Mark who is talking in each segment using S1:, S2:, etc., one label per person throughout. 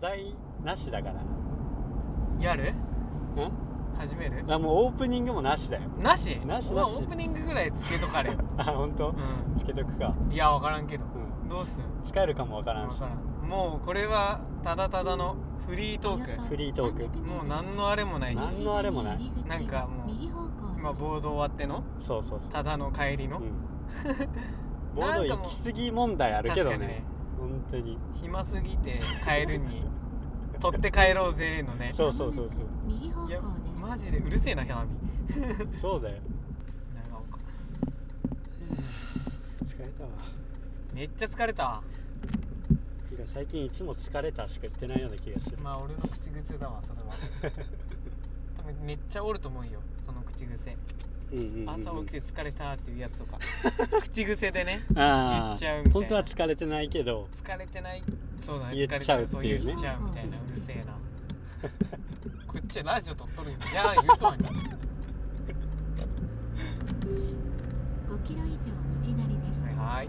S1: 題なしだから
S2: やる
S1: ん
S2: 始める
S1: あもうオープニングもなしだよ
S2: なし
S1: なし
S2: お前
S1: なし
S2: オープニングぐらいつけとかれよ、
S1: あ本当
S2: う
S1: つけとくか
S2: ん、いや分からんけど
S1: う
S2: どうする
S1: ん使えるかもわからん
S2: 分
S1: し
S2: からんもうこれはただただのフリートーク
S1: フリートー
S2: もう何のあれもないし
S1: 何のあれもない
S2: なんかもう今
S3: 今
S2: ボード終わっての
S1: そうそうそう
S2: ただの帰り の、
S1: うんボード行き過ぎ問題あるけ
S2: 確
S1: ど
S2: かに
S1: ね
S2: ね
S1: 本当に
S2: 暇すぎて帰るに 取って帰ろうぜのね
S1: そうそうそうそう
S3: 右方向
S2: い
S3: で
S2: や
S3: す
S2: マジでうるせえな花 火
S1: そうだよ
S2: 長岡
S1: 疲れたわ
S2: めっちゃ疲れたわ
S1: てか最近いつも疲れたしか言ってないような気がする
S2: まあ俺の口癖だわそれ は多分めっちゃおると思うよその口癖
S1: うんうんうんうん
S2: 朝起きて疲れたっていうやつ とか口癖でね言
S1: あ
S2: っちゃうみた
S1: あ
S2: い
S1: 本
S2: な
S1: 当は疲れてないけど
S2: 疲れてないそうだね
S1: 言っ
S2: 疲れ
S1: ち
S2: て
S1: ゃう
S2: ない
S1: って
S2: そう
S1: い
S2: 言
S1: うね
S2: っちゃうみたいなうるせえなこっちはラジオ撮っとるんやいや言うとはに
S3: 5キロ以上道なりです
S2: はいはい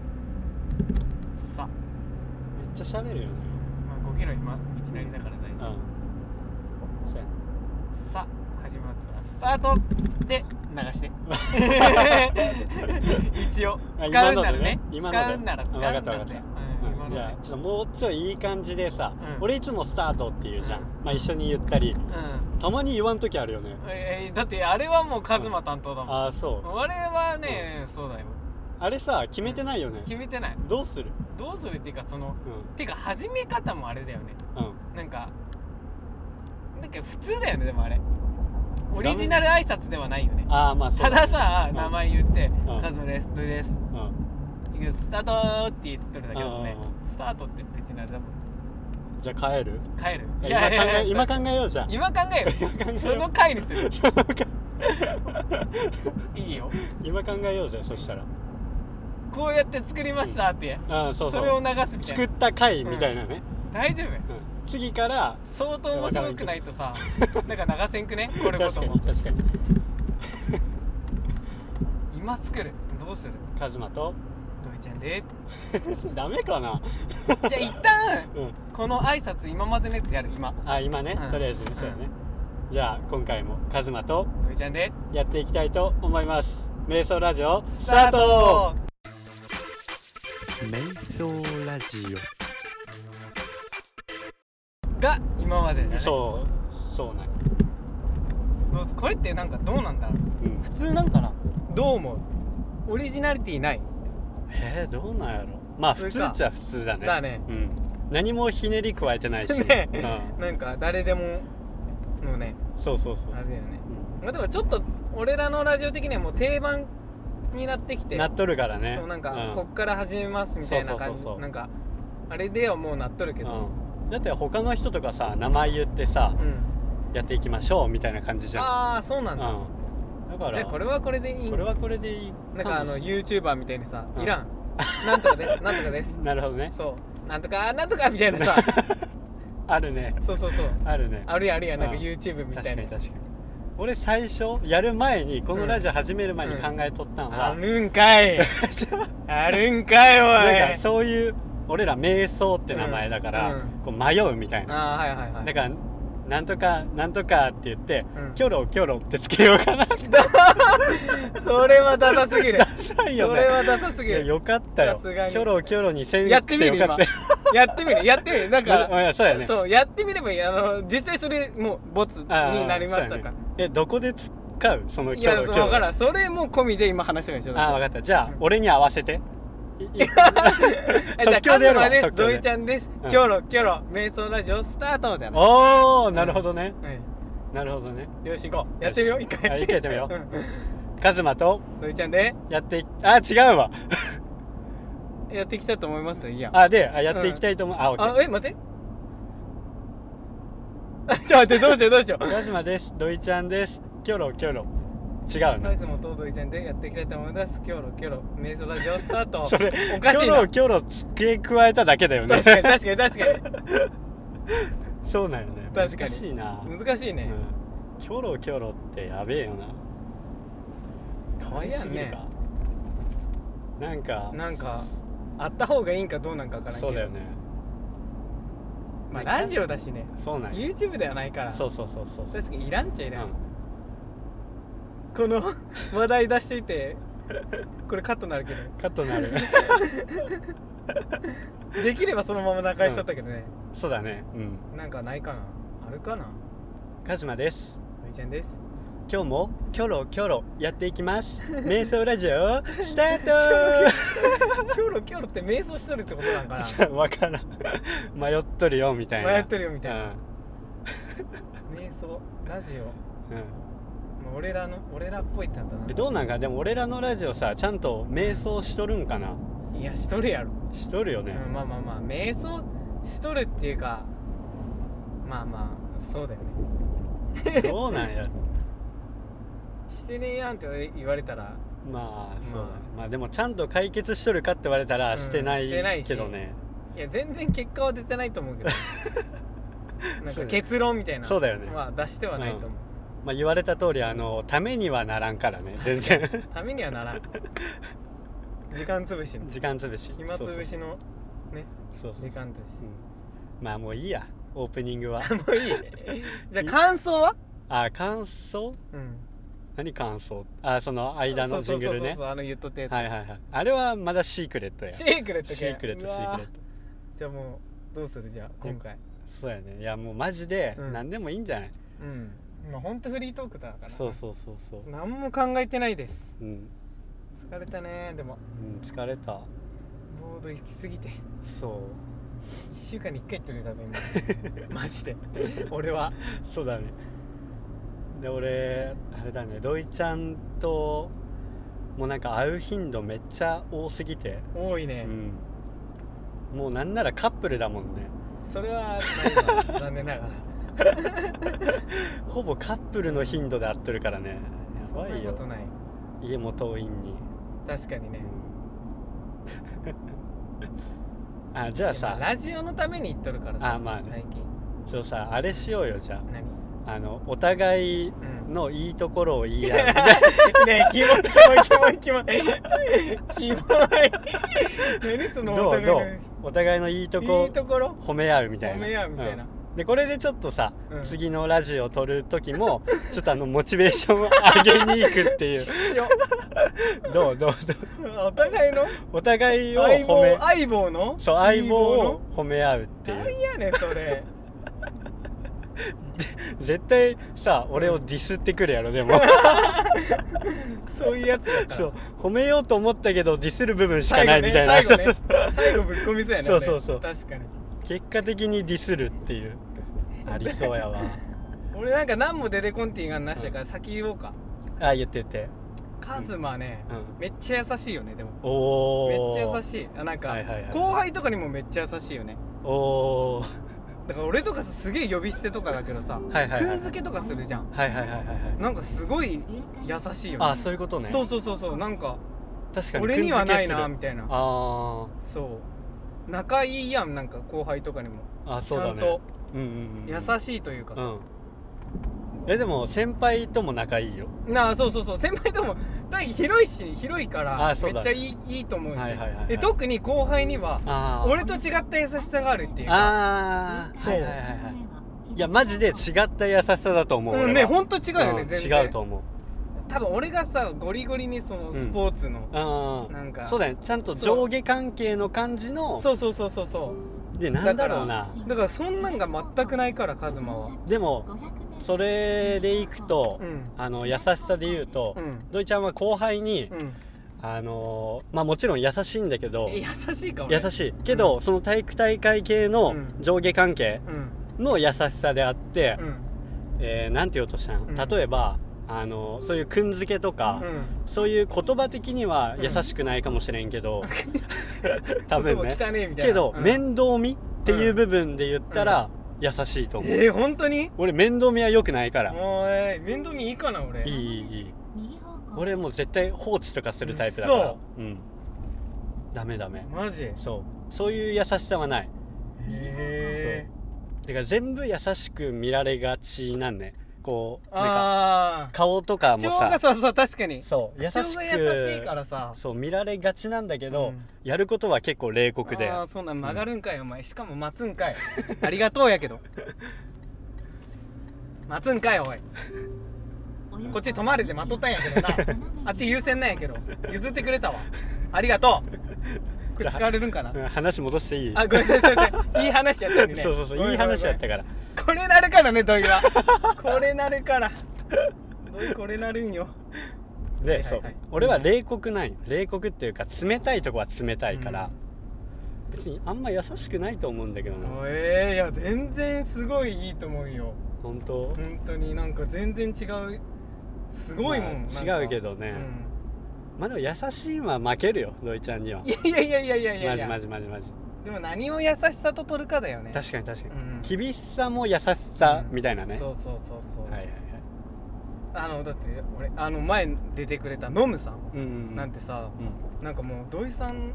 S2: さあ、
S1: めっちゃ喋るよね
S2: まあ、5キロ今道なりだから大
S1: うん
S2: 丈
S1: そうやな
S2: 夫さあ始まったらスタートで 流して一応
S1: あ
S2: 使うんならね
S1: 今のでね
S2: 使うんなら使うんな
S1: わ
S2: ら
S1: かったわかった
S2: う
S1: う
S2: ん
S1: ん
S2: 今の
S1: じ
S2: で
S1: ゃあちょっともうちょいいい感じでさ、
S2: うん
S1: 俺いつもスタートって言うじゃん、
S2: うん
S1: まあ一緒に言ったり
S2: うん
S1: たまに言わん時あるよね
S2: ええだってあれはもうカズマ担当だもん
S1: ああそう
S2: あれはねそうだよ
S1: あれさ決めてないよね、
S2: 決めてない
S1: どうする
S2: どうするっていうかその
S1: う
S2: てか始め方もあれだよね
S1: んうん
S2: なんかなんか普通だよねでもあれオリジナル挨拶ではないよね
S1: ああまあそう
S2: たださ
S1: うん
S2: 名前言って
S1: うん
S2: 「カズマです土井です
S1: うん」
S2: いくよ「スタート!」って言っとるだけだもんね
S1: うんうん
S2: スタートって別にあれだもん
S1: じゃあ帰る
S2: 帰る
S1: いや今考え今考
S2: 確かに
S1: えようじゃん
S2: 今考え
S1: 今考えよ
S2: る
S1: う
S2: その回にする
S1: その考え
S2: いいよ
S1: 今考えようぜそしたら
S2: こうやって作りましたって
S1: うんそうそ
S2: そうれを流すみたい
S1: 作
S2: な
S1: った回みたいなね、
S2: 大丈夫
S1: うん次から
S2: 相当面白くないとさなんか流せ んくねこれこ
S1: 確
S2: そ
S1: か
S2: も
S1: に確かに
S2: 今作るどうする
S1: カズマと
S2: 土井ちゃんで
S1: ダメかな
S2: じゃあ一旦
S1: うん
S2: この挨拶今までのやつやる今
S1: あ今ね、
S2: うん
S1: とりあえずね、
S2: うん
S1: そうだねじゃあ今回もカズマと
S2: 土井ちゃんで
S1: やっていきたいと思います瞑想ラジオス
S2: ス
S1: タ
S2: タ
S1: ー
S2: ー
S1: ト
S2: ト
S1: 瞑想ラジ
S2: が今までだね
S1: そうそうなんよ、
S2: どうこれってなんかどうなんだろう
S1: うん、
S2: 普通なんかなどう思うオリジナリティない
S1: えー、どうなんやろまあ普
S2: 普
S1: 通
S2: 通
S1: っ
S2: か
S1: ちゃ普通だね
S2: だね
S1: うん、何もひねり加えてないし、
S2: ね
S1: う
S2: なんか誰でものね
S1: ん、そうそうそう
S2: あれだよね
S1: う
S2: まあでもちょっと俺らのラジオ的にはもう定番になってきて
S1: んなっとるからね
S2: そうなんか、
S1: ん
S2: こっから始めますみたいな感
S1: そ
S2: じ
S1: うそうそうそう
S2: なんかあれではもうなっとるけど、
S1: うん、だって他の人とかさ名前言ってさ
S2: うん
S1: やっていきましょうみたいな感じじゃん
S2: ああそうなんだ、
S1: うん、だから
S2: じゃあこれはこれでいい
S1: これはこれでいい
S2: なんかあの
S1: もし
S2: YouTuber みたいにさ、
S1: うん
S2: いらんなんとか ですなんとかです
S1: なるほどね
S2: そうなんとかなんとかみたいなさ
S1: あるね
S2: そうそうそう
S1: あるね
S2: あるやんあるやんなんか
S1: うん
S2: YouTube みた
S1: 確か
S2: いな
S1: に確かに俺最初やる前にこのラジオ始める前に考えとったんは、
S2: あるん かいあるんかい
S1: なん
S2: お
S1: か
S2: い
S1: そういう俺ら瞑想って名前だから、
S2: うんうん
S1: こう迷うみたいな、
S2: ああはいはいはい
S1: だからなんとかなんとかって言って、
S2: うん
S1: キョロキョロってつけようかなって
S2: それはダサすぎる
S1: さいよ
S2: そ
S1: ね
S2: れはダサす
S1: い
S2: ぎ
S1: や
S2: る
S1: よかったよ
S2: さ
S1: キ
S2: すがに
S1: ョロキョロにせん
S2: やってみる
S1: よか
S2: 今
S1: ったよ
S2: やってみるやってみるだから
S1: まあまあそうやね
S2: そうやってみればいいあの実際それもうボツに
S1: あー
S2: なりました
S1: そう
S2: か
S1: やねえどこで使うその
S2: い
S1: キョ
S2: や
S1: ロ
S2: そ
S1: キ
S2: う
S1: ョ
S2: 分
S1: ロ
S2: からんそれも込みで今話したからでしょだ
S1: あー
S2: って
S1: 分かったじゃあ、
S2: うん
S1: 俺に合わせてい い
S2: えじゃあ
S1: 即興でやるわ
S2: カズマです
S1: 即興
S2: 土
S1: で
S2: 井ちゃんです、
S1: うん
S2: キョロキョロ瞑想ラジオスタートじゃない、
S1: おおなるほどね、
S2: は
S1: なるほどね
S2: い、よし行こうやってみよう一
S1: あ
S2: 回
S1: 一回やってみようんカズマと
S2: 土井ちゃんで
S1: やっていあ違うわ
S2: やっていきたいと思いますいいや
S1: あであやっていきたいと思う、あオッケー
S2: あえ待ってあちょっと待ってどうしようどうしよう
S1: カズマですドイちゃんですキョロキョロ違う
S2: い
S1: ね
S2: つもと土井ちゃんでやっていきたいと思いますキョロキョロ瞑想ラジオスタート
S1: それ
S2: おかしい
S1: キョ
S2: な
S1: ロキョロ付け加えただけだよね
S2: 確かに確かに確か
S1: そうなんよね
S2: 確か
S1: 難
S2: に
S1: しいな、
S2: に難しいね、
S1: うんキョロキョロってやべえよな可愛すぎるか、なんか
S2: なんかあった方がいいんかどうなんかわからんけど
S1: そうだよね
S2: まあラジオだしね
S1: そうなんや
S2: YouTube ではないから
S1: そうそうそうそうそう
S2: 確かにいらんっちゃいらん、
S1: うん
S2: この話題出しといてこれカットなるけど
S1: カットになる
S2: できればそのまま流しちゃったけどね、
S1: そうだねうん
S2: なんかないかなあるかな
S1: カズマです
S2: おいちゃんです
S1: 今日もキョロキョロやっていき ます瞑想ラジオスター
S2: キョロキョロって瞑想しとるってことなんかな
S1: ト わからん迷っとるよみたいな
S2: 迷っとるよみたいな、
S1: うん
S2: 瞑想ラジオ
S1: う
S2: もう俺らの俺らっぽいってなった
S1: ん、え
S2: な
S1: どうなんかでも俺らのラジオさちゃんと瞑想しとるんかない
S2: やしとるやろ、
S1: しとるよね、
S2: うん、まあまあまあ瞑想しとるっていうかまあまあそうだよね
S1: どうなん やろ
S2: してねえやんって言われたら
S1: まあそうだね
S2: ま
S1: まあでもちゃんと解決しとるかって言われた
S2: う
S1: ら
S2: ん
S1: してな
S2: してないいし
S1: けどね、
S2: いや全然結果は出てないと思う けどなん
S1: そうだ
S2: か
S1: ね
S2: 結論みたいな
S1: そうだよね
S2: まあ出してはないと思う、
S1: まあ言われた通りあのためにはならんからね全然
S2: ためにはならん時間つぶしの
S1: 時間潰し
S2: 暇つぶしの
S1: そうそうそう
S2: 時間とし
S1: まあもういいやオープニング は
S2: てもういいじゃあ感想は
S1: あ感想
S2: うん
S1: 何感想あその間のジングル
S2: そうそうそう
S1: ね
S2: そうあの言っとったやつ、
S1: はいはいはいあれはまだシークレットや
S2: シ
S1: シ
S2: ークレットか
S1: ークレットシークレッ
S2: ト
S1: ト
S2: じゃあもうどうするじゃあ今回
S1: そうやねいやもうマジで
S2: うん
S1: 何でもいいんじゃない、
S2: うんまあほんとフリートークだから
S1: そうそうそうそう
S2: 何も考えてないです
S1: うん、
S2: 疲れたねでも
S1: うん、疲れた
S2: ボード行き過ぎて
S1: そ
S2: 1週間に1回行ってるよ多分 今マジで俺は
S1: うそうだねで俺あれだね土井ちゃんともうなんか会う頻度めっちゃ多すぎて、
S2: 多いうね、
S1: ん、もうなんならカップルだもんね
S2: それはないわ残念ながら
S1: ほぼカップルの頻度で会ってるからね や
S2: そ
S1: ば
S2: んないこ
S1: よ
S2: とない
S1: 家も遠いんに、
S2: 確かに
S1: う
S2: ね
S1: ん あじゃあ
S2: いや
S1: さ
S2: ラジオのために行っとるからさ
S1: あまあね
S2: 最近
S1: ちょっとさあれしようよじゃ
S2: 何う
S1: ああのお互い
S2: ん
S1: のいいところを言い 合う
S2: ねえキモいキモいキモいキモいキモい何その
S1: ど
S2: お
S1: うどう
S2: 互い
S1: お互いのいいと
S2: の
S1: こ
S2: いいところ
S1: 褒め合うみたい
S2: 褒
S1: な
S2: め合うみたいな、
S1: うんでこれでちょっとさ、
S2: うん
S1: 次のラジオ撮る時もちょっとあのモチベーションを上げに行くって いう
S2: 一緒
S1: どうどうどう
S2: お互いの
S1: お互いを
S2: 相
S1: 褒め
S2: 棒相棒の
S1: そう相棒を
S2: の
S1: 褒め合うって
S2: ない
S1: うん
S2: やねんそれ
S1: 絶対さ俺をディスってくるやろでも
S2: そういうやつだから
S1: そう褒めようと思ったけどディスる部分しか
S2: 最
S1: ない
S2: 後
S1: み
S2: ね
S1: たいな、
S2: 最後ね最後ぶっ込みそうやね
S1: そうそうそう
S2: 俺確かに
S1: 結果的にディスるっていうありそう やわ
S2: 俺なんか何も出てこんって言いがんなしやから先言おうか
S1: あ言ってて、
S2: カズマね、
S1: うん、
S2: めっちゃ優しいよねでも
S1: おお
S2: めっちゃ優
S1: い
S2: しいあなんか、
S1: はいはいはい
S2: 後輩とかにもめっちゃ優しいよね
S1: おおー
S2: だから俺とかさすげえ呼び捨てとかだけどさ、
S1: はいはいはい
S2: くんづけとかするじゃん
S1: はいはいはいはいはい
S2: なんかすごい優
S3: 優し
S2: しいよね
S1: あそういうことね
S2: そうそうそうそうなんか
S1: 確かに
S2: 俺にはないな
S1: くんづけ
S2: みたいな
S1: するあ
S2: そう仲いいやんなんか後輩とかにも
S1: ーあ
S2: ち
S1: そうだ
S2: ゃ
S1: ね
S2: んと
S1: うんうんうん、
S2: 優
S1: い
S2: しいというか
S1: う
S2: さ、
S1: んえでも先輩とも仲いいよ
S2: なあそうそうそう先輩ともだい広いし広いから
S1: あそ
S2: め
S1: う
S2: っ
S1: だ
S2: ちゃいいいいと思うし、
S1: はいはいはいはい
S2: で特に後輩には
S1: あー
S2: 俺と違った優しさがあるっていうか
S1: あー
S2: そう
S1: はいはいはいはいいやマジで違った優しさだと思う、
S2: う
S1: 俺
S2: ん
S1: は
S2: ねほんと違うよね、
S1: ん
S2: 全然
S1: 違うと思う
S2: 多分俺がさゴリゴリにそのスポーツの、
S1: あ
S2: なんか
S1: そうだねちゃんと
S2: そう
S1: 上下関係の感じの
S2: そうそうそうそうそ
S1: でなんだろう
S2: だ
S1: な
S2: うだからそんなんが全くないからカズマは
S1: でもそれでいくと、
S2: うん
S1: あの優しさで言うと、
S2: うん
S1: 土井ちゃんは後輩に、
S2: うん
S1: あのーまあもちろん優しいんだけど
S2: え優しいかも
S1: 優しいけど、その体育大会系の
S2: うん
S1: 上下関係
S2: うん
S1: の優しさであって、
S2: うん
S1: えーなんて言おうとしたん、
S2: うん
S1: 例えばあのそういうくんづけとか、
S2: うん
S1: そういう言葉的には優しくないかもしれんけど、多分ね
S2: 言葉汚ねえみたいな
S1: けど、
S2: うん
S1: 面倒見っていう部分で言ったら、優しいと思う、
S2: えー、本当に
S1: 俺面倒見は良くないから、
S2: もうえー面倒見いいかな
S1: い
S2: 俺
S1: いいいいい俺もう絶対放置とかするタイプだから
S2: 嘘
S1: うんダメダメ
S2: マジ
S1: そうそういう優しさはない
S2: へえ
S1: だから全部優しく見られがちなんねこうなんか
S2: ああ
S1: 顔とかも
S2: 口調が
S1: さ
S2: そうそう確かに
S1: そう優
S2: 口調
S1: しく
S2: が優しいからさ
S1: そう見られがちなんだけど、
S2: うん
S1: やることは結構冷酷で
S2: ああそんなん曲がるんかいお前しかも待つんかいありがとうやけど待つんかいおいこっち止まれて待っとったんやけどなあっち優先なんやけど譲ってくれたわありがとうこれ使われるんかな
S1: うん話戻していい
S2: あごめんなさいすいませんいい話やったのにね
S1: そうそうそう
S2: ごめん
S1: いい話やった
S2: ごめん
S1: から
S2: ごめんこれなるからね土井はこれなるから土井これなるんよ
S1: で、
S2: はいはい
S1: そう
S2: はい
S1: 俺は冷酷なんよ冷酷っていうか冷たいとこは冷たいから、別にあんま優しくないと思うんだけどな
S2: おえー、いや全然すごいいいと思うよ
S1: 本当
S2: 本当になんか全然違うすごいもん,なんか、
S1: まあ違うけどねまあでも優しいのは負けるよ土井ちゃんには
S2: うんいやいやいやいやいやいや
S1: マジマジマジマジ
S2: でも何を優しさと取るかだよね
S1: 確かに確かに、
S2: うん
S1: 厳しさも優しさみたいなね、
S2: そうそうそうそ
S1: は
S2: う、
S1: いはいはい
S2: あのだって俺あの前出てくれたノムさん
S1: うんうんうん
S2: なんてさ、
S1: うん
S2: なんかもう土井さん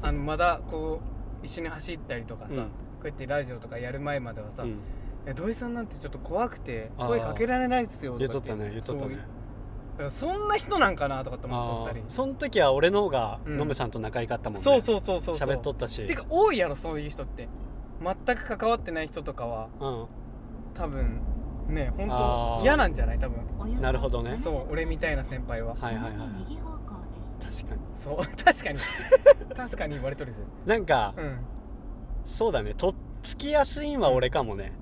S2: あのまだこう一緒に走ったりとかさ、
S1: うん
S2: こうやってラジオとかやる前まではさ、
S1: うん
S2: え土井さんなんてちょっと怖くて
S1: あー
S2: 声かけられないですよ
S1: 言
S2: と
S1: っ
S2: か
S1: とっ
S2: っ
S1: てたね言っとったね
S2: そうだからそんな人なんかなとかって思っとったり
S1: あーそん時は俺の方が
S2: うん
S1: ノムさんと仲良かったもんね、
S2: そうそうそうそうそう
S1: 喋っとったし
S2: ってか多いやろそういう人って全く関わってない人とかは
S1: うん
S2: 多分ね本
S1: あ
S2: 当
S1: ー
S2: 嫌なんじゃない多分
S1: なるほどね
S2: そう俺みたいな先輩は
S1: はいはいはい
S3: 右方向です。
S1: 確かに
S2: そう 確かに確かに言われとるぜ
S1: なんか、
S2: うん、うん、
S1: そうだねとっつきやすいんは俺かもね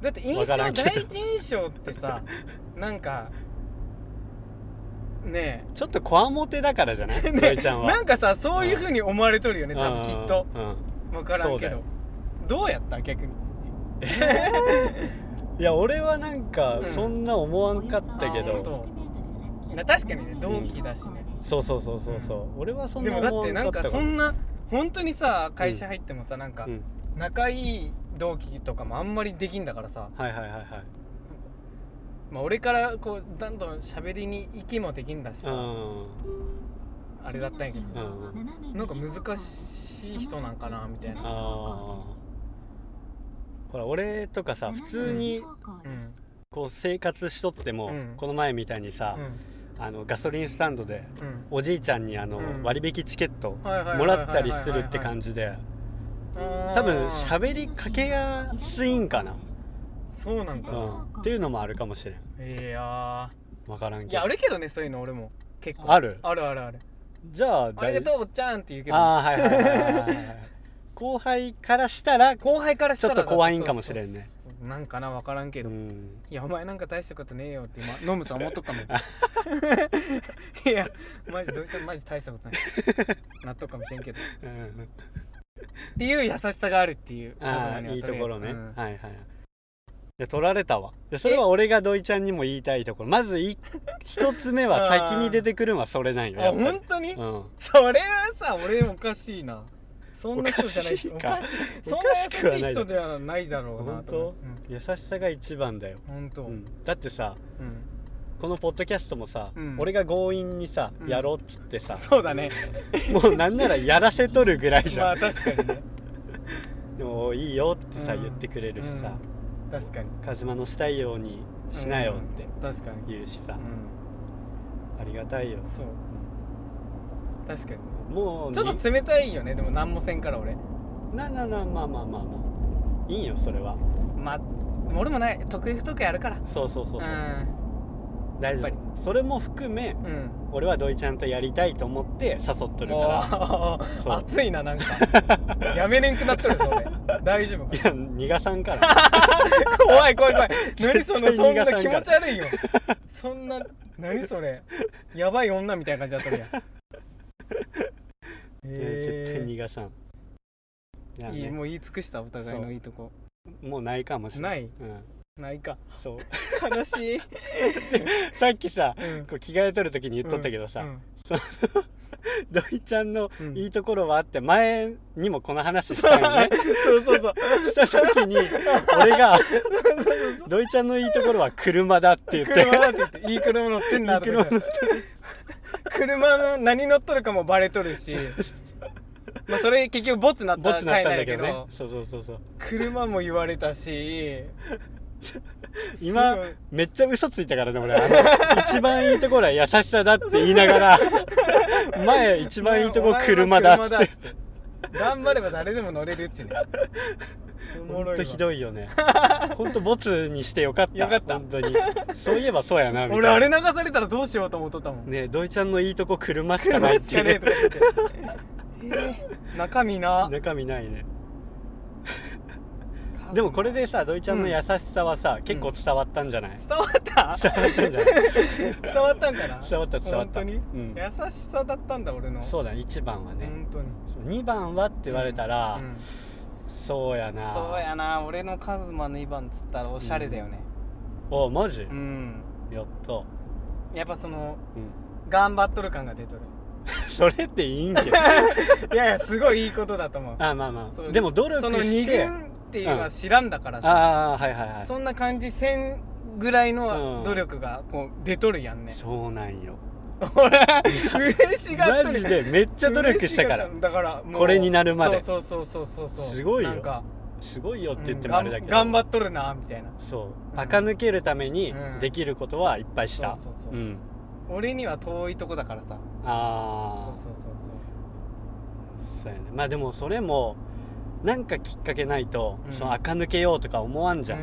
S2: だって印
S1: わ
S2: 象
S1: から
S2: 第
S1: んけ
S2: 一
S1: ど
S2: 印象ってさなんかね
S1: ちょっとこわもてだからじゃない
S2: ね
S1: 土井ちゃ
S2: え
S1: んは
S2: なんかさそういうふうに思われとるよね多分きっと
S1: うんうん
S2: 分からんけ
S1: そ
S2: どどうやった逆に
S1: いや俺はなんか
S2: うん
S1: そんな思わんかったけ
S2: あ
S1: ど、
S2: 本当
S3: な
S2: な確かにね同期だしね
S1: そうそうそうそうそう、俺はそん
S2: で
S1: な
S2: もだ
S1: 思
S2: っ
S1: わ
S2: て
S1: ん
S2: な
S1: か
S2: ん
S1: った
S2: か
S1: か
S2: そ
S1: も
S2: んな本当にさ会社入ってもさなんか
S1: うん
S2: 仲いい同期とかもあんまりできんだからさ、
S1: はいはいはいはい
S2: まあ、俺からこうどんどん喋りに行きもできんだし
S1: う
S2: さ
S1: ん
S2: あれだったんやけど
S1: う
S2: なんか難しい人なんかなみたい
S1: あ
S2: な
S1: ーほら俺とかさ普通に
S2: うん
S1: こう生活しとっても、
S2: うん
S1: この前みたいにさ
S2: う、ん
S1: あのガソリンスタンドで
S2: うん
S1: おじいちゃんにあの、
S2: うん
S1: 割引チケット
S2: はいはいは
S1: も
S2: いはいはいはい
S1: らったりするって感じで多分喋りかけやすいんかな、
S2: そうなんか
S1: う
S2: な、
S1: ん、っていうのもあるかもしれん
S2: いや
S1: 分からんけ
S2: ー
S1: ど
S2: いやあるけどねそういうの俺も結構
S1: ある
S2: あるあるある
S1: じゃあ
S2: ありがとうおっちゃんって言うけど
S1: ああはいはいはいはいはいはい 後輩からしたら
S2: 後輩からしたら
S1: ちょっと怖いんかもしれんね
S2: だってそうそうそうなんかな分からんけ
S1: う
S2: ど、
S1: ん
S2: いやお前なんか大したことねえよって 今ノムさん思っとったもんいやマジどうしたマジ大したことない納得かもしれんけど
S1: うん
S2: っていう優しさがあるっていう
S1: ああ
S2: カズマにはい
S1: いところね、
S2: とりあえず
S1: はいはいで取られたわでそれは俺が土井ちゃんにも言いたいところまずい一つ目 は先に出てくるのはそれなんよやっぱ
S2: うん
S1: り
S2: あ本当に、
S1: うん
S2: それはさ俺おかしいなそんな人じゃない
S1: おかし
S2: おかしいそんな優しい人ではないだろうな
S1: 本
S2: と
S1: 当
S2: 思う
S1: 優しさが一番だよ、
S2: うん本当、
S1: う
S2: うん
S1: ん、だってさこのポッドキャストもさ、
S2: うん
S1: 俺が強引にさ、
S2: うん
S1: やろうっつってさ
S2: そうだね
S1: もうなんならやらせとるぐらいじ
S2: ま
S1: ゃ
S2: あ
S1: ん、
S2: 確か にね、
S1: でもいいよってさ、
S2: うん
S1: 言ってくれるしさ、
S2: うん確かに
S1: カズマのしたいようにしなよって
S2: 確かに、
S1: 言うしさ、
S2: う
S1: ありがたいよ
S2: ん、そう確かに
S1: もう
S2: ちょっ
S1: に
S2: と冷たいよねでも何もせんから俺
S1: なななまあまあまあまあいいよそれは
S2: まあ俺もね得意不得意あるから
S1: そうそうそうそう、
S2: う
S1: 大丈
S2: やっ
S1: 夫それも含め
S2: んうん
S1: 俺は土井ちゃんとやりたいと思って誘っとるか
S2: おー
S1: そう
S2: 熱いななんかやめれんくなっとるぞ俺大丈 夫
S1: らい
S2: か
S1: や逃がさんから
S2: な怖い怖い怖い何その
S1: 絶対
S2: そん
S1: 逃が
S2: な
S1: さんから
S2: 気持ち悪いよそんな何それやばい女みたいな感じだったるや ん
S1: 絶対
S2: え
S1: 逃がさんじゃあ
S2: ー、
S1: ね
S2: いいもう言い尽くしたお互いのいいとこ
S1: もうないかもしれない
S2: ない
S1: うん、
S2: ないか
S1: そう
S2: 悲しい、
S1: さっきさ
S2: うん
S1: こう着替えとる時に言っとったけどさ、
S2: うん
S1: 土井ちゃんの
S2: うん
S1: いいところはあって前にもこの話したよね
S2: そうそうそう
S1: した時に俺が
S2: そうそうそう
S1: 土井ちゃんのいいところは車だって言って
S2: 車だって言っていい車乗ってんなとか言って 車の何乗っとるかもバレとるしまあそれ結局ボツなっ
S1: ボ
S2: た
S1: ツになっ
S2: 回
S1: た
S2: なんん
S1: だ
S2: や
S1: け
S2: け
S1: どね
S2: ど
S1: そうそうそうそう
S2: 車も言われたし
S1: 今
S2: すごい
S1: めっちゃ嘘ついたからね俺あ の一番いいところは優しさだって言いながら前一番いいところ車だっつ
S2: お
S1: っ
S2: 前
S1: て
S2: は車だっつって頑張れば誰でも乗れるっちねお
S1: ほ
S2: も
S1: ん
S2: ろい
S1: と
S2: わ
S1: ひどいよ ねほんとボツにしてよかった
S2: よかった
S1: 本当にそういえばそうやなみたい
S2: 俺
S1: な
S2: あれ流されたらどうしようと思っとったもん
S1: ね土井ちゃんのいいとこ車しかないってい
S2: 車
S1: う
S2: ねえ
S1: ね
S2: とか言ってえー中身な
S1: 中身ないねでもこれでさ土井ちゃんの
S2: うん
S1: 優しさはさ、結構伝わったんじゃない、
S2: 伝わった
S1: 伝わったんじゃない
S2: 伝わったんかな
S1: 伝わった伝わった
S2: 本当に、
S1: うん
S2: 優しさだったんだ俺の
S1: そうだね1番はね、
S2: 本当にって
S1: そう2番はって言われたら、そうやな
S2: そうやな俺のカズマの2番っつったらおしゃれだよね
S1: おマジ、
S2: うん、
S1: やっと、
S2: やっぱその
S1: うん、
S2: 頑張っとる感が出とる
S1: それっていいんけど
S2: いやいやすごいいいことだと思う
S1: あまあま
S2: そ
S1: あ
S2: う
S1: でも努力
S2: その
S1: し
S2: 2
S1: て
S2: 軍っていうのは知らんだからさ、
S1: ああーはいはいはいそ
S2: そんな感じせんぐらいの努力がこう出とるやんね、
S1: うなんよ
S2: 俺嬉しがっ
S1: マ
S2: とる
S1: ジでめっちゃ努力したから
S2: 嬉しがっとるだからもう
S1: これになるまで
S2: そうそうそうそうそうそう
S1: すごいよ
S2: なんか
S1: すごいよって言って
S2: うん
S1: もあれだけど、
S2: 頑頑張っとるなみたいな
S1: そう
S2: うん
S1: 垢抜けるために
S2: うん
S1: できることはいっぱいした
S2: そうそうそううん俺には遠いとこだからさそ
S1: あ
S2: う
S1: あ
S2: そうそうそう
S1: そうやねまあでもそれもなんかきっかけないと、
S2: うん
S1: その垢抜けようとか思わんじゃ、
S2: うん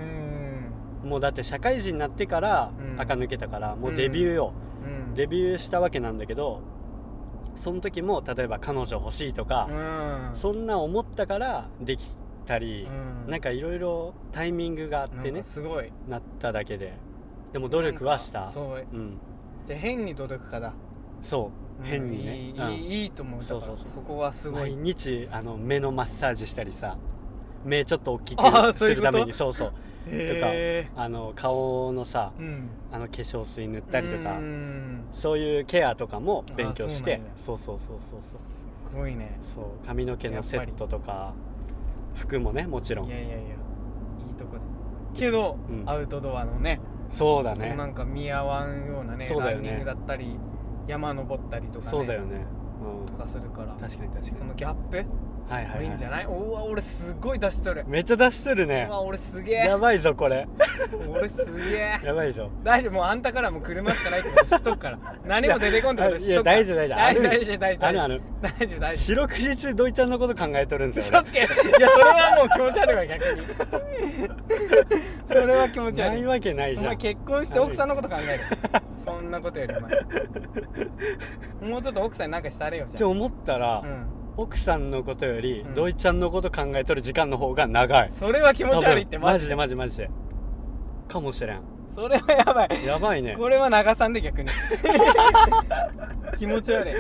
S2: ん
S1: もうだって社会人になってから
S2: うん
S1: 垢抜けたから、もうデビューよ、
S2: うん
S1: デビューしたわけなんだけどその時も例えば彼女欲しいとか
S2: う、ん
S1: そんな思ったからできたり、
S2: うん
S1: なんかいろいろタイミングがあって
S2: な
S1: ね
S2: んかすごい
S1: なっただけででも努力はし
S2: なん
S1: た
S2: かそう
S1: うん
S2: じゃあ変に努力家だ
S1: そう変にね、
S2: いい,、
S1: うん
S2: いいいいと思うだから
S1: そうそうそう
S2: そこはすご
S1: 毎
S2: い
S1: 日あの目のマッサージしたりさ目ちょっと大き
S2: あー
S1: く
S2: そ
S1: す
S2: ういう
S1: る
S2: こ
S1: た
S2: と
S1: めにそうそう
S2: へ
S1: あの顔のさ
S2: えうん
S1: あの化粧水塗ったりとか
S2: うん
S1: そういうケアとかも勉強し
S2: あ
S1: て
S2: ー
S1: そうそうそうそうそう
S2: すっごいね
S1: そう髪の毛のセットとか服もねもちろ
S2: い
S1: ん
S2: やいやいやいいとこだけど、
S1: うん
S2: アウトドアのね
S1: そうだ
S2: そう
S1: ね
S2: なんか見合わんようなね
S1: そうだ
S2: ラ
S1: よ
S2: ン
S1: ね
S2: ニングだったり山登ったりとか、ね、
S1: そうだよね
S2: とかするから
S1: うん確かに確か
S2: そ
S1: に
S2: のギャップ
S1: はいはい
S2: も
S1: はい
S2: いんじゃない、おわ俺すごい出しとる、
S1: めっちゃ出してるね
S2: うわ俺すげ
S1: や
S2: え
S1: ばいぞこれ
S2: 俺すげえ
S1: やばいぞ
S2: 大丈夫もうあんたからも車しかないってこと知っとくから 何も出てこんってこと知っとくから
S1: いや大丈夫大丈夫
S2: 大丈夫大丈夫
S1: あ
S2: 大丈夫
S1: のあの
S2: 大丈夫大丈夫
S1: 四六時中土井ちゃんのこと考えとるんですよ
S2: 嘘つけいや それはもう気持ち悪いわ逆に それは気持
S1: 俺
S2: ち
S1: な
S2: 悪い
S1: いわけない
S2: お
S1: じゃ
S2: 前
S1: ん
S2: 結婚して奥さんのこと考えるそんなことよりお前もうちょっと奥さんになんかしてあれよ
S1: っ
S2: じ
S1: て
S2: ゃあ
S1: 思ったら、
S2: うん、
S1: 奥さんのことより
S2: うん
S1: 土井ちゃんのこと考えとる時間の方が長い
S2: それは気持ち悪いって
S1: 多分
S2: マ
S1: マ
S2: ジ
S1: ジ
S2: で
S1: でマジでマジでかもしれん
S2: それはやばい
S1: やばい ね
S2: これは流さんで 逆に気持ち悪い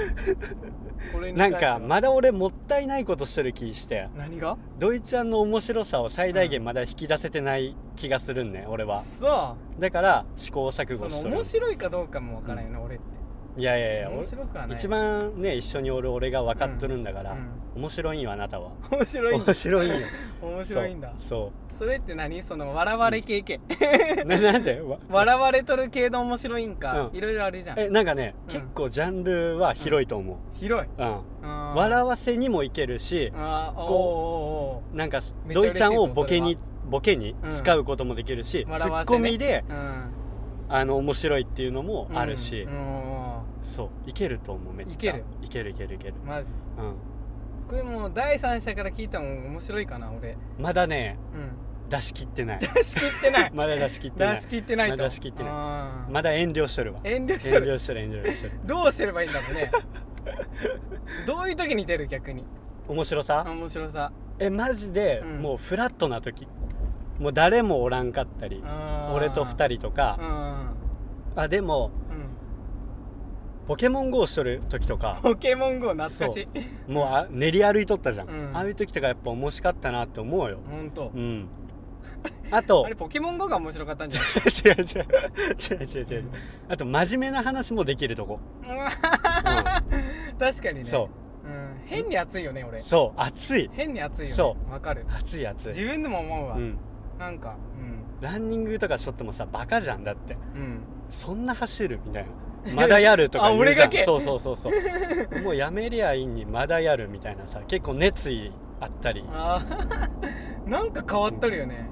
S2: これに
S1: な
S2: 関
S1: ん
S2: しては
S1: かまだ俺もったいないことしてる気して
S2: 何が
S1: 土井ちゃんの面白さを最大限まだ引き出せてない気がするんね、俺は
S2: そ
S1: だから試行
S2: う
S1: 錯
S2: そ
S1: 誤しと
S2: の
S1: る
S2: 面白いかどうかもわからんよね、俺って
S1: いやいやいや
S2: 面白くは
S1: 俺
S2: ない
S1: 一番ね一緒におる俺が分かっとるんだから、
S2: うん
S1: 面白いんよあなたは
S2: 面白い んだ
S1: 面白いんよ
S2: 面白いんだ
S1: そ
S2: それって何その笑われ系系
S1: うななんでわ
S2: 笑われとる系の面白いんか、
S1: うん
S2: いろいろあるじゃん
S1: えなんかね、
S2: うん
S1: 結構ジャンルは広いと思、
S2: 広いう
S1: うん
S2: 笑
S1: 笑わせにもいけるし、
S2: あーおーお
S1: なんか
S2: めっち
S1: 土
S2: ゃ嬉
S1: 井
S2: しいぞ
S1: ちゃんをボケに
S2: そ
S1: ボケに
S2: うん
S1: 使うこともできるし、ツ
S2: 笑わ
S1: ッ
S2: せね
S1: コミで
S2: ーおー
S1: あの面白いっていうのも
S2: うん
S1: あるし、
S2: うんお
S1: そういけると思うめっちゃ
S2: いける
S1: いけるいけるいける
S2: ーマジ
S1: うん
S2: これもう第三者から聞いたもん面白いかな俺
S1: まだね
S2: うん
S1: 出し切ってない
S2: 出し切ってない
S1: まだ出し切ってない
S2: 出し切ってないと
S1: まだ出し切ってない
S2: あー
S1: まだ遠慮しと るわ
S2: 遠慮し
S1: 遠
S2: とる
S1: 慮しとる遠慮しとる
S2: どうすればいいんだろうねどういう時に出る逆に
S1: 面白さ
S2: 面白さ
S1: えマジで、
S2: うん
S1: もうフラットな時もう誰もおらんかったり俺と
S2: 人
S1: 2人とか、あでも
S2: うん
S1: ポケモン GO しとる時とか
S2: ポケモン GO 懐かしい
S1: もうあ練り歩いとったじゃん、
S2: うん
S1: ああいう時とかやっぱ面白かったなって思うよ
S2: 本当
S1: うん、あと
S2: あれポケモン GO が面白かったんじゃない
S1: 違う違う違う違う違うあと真面目な話もできるとこ、
S2: 確かにね
S1: そ
S2: うん変に熱いよね俺
S1: うそう熱い
S2: 変に熱いよね
S1: そ
S2: わかる
S1: 熱い熱
S2: 自
S1: い、
S2: 分でも思うわ、
S1: うん、
S2: なんか
S1: ランニングとかしとってもさバカじゃんだって
S2: うんうん
S1: そんな走るみたいなまだやるとか言うじゃん
S2: あ俺がけ
S1: そうそうそうそうもうやめりゃいいにまだやるみたいなさ結構熱意あったり
S2: あーなんか変わっとるよね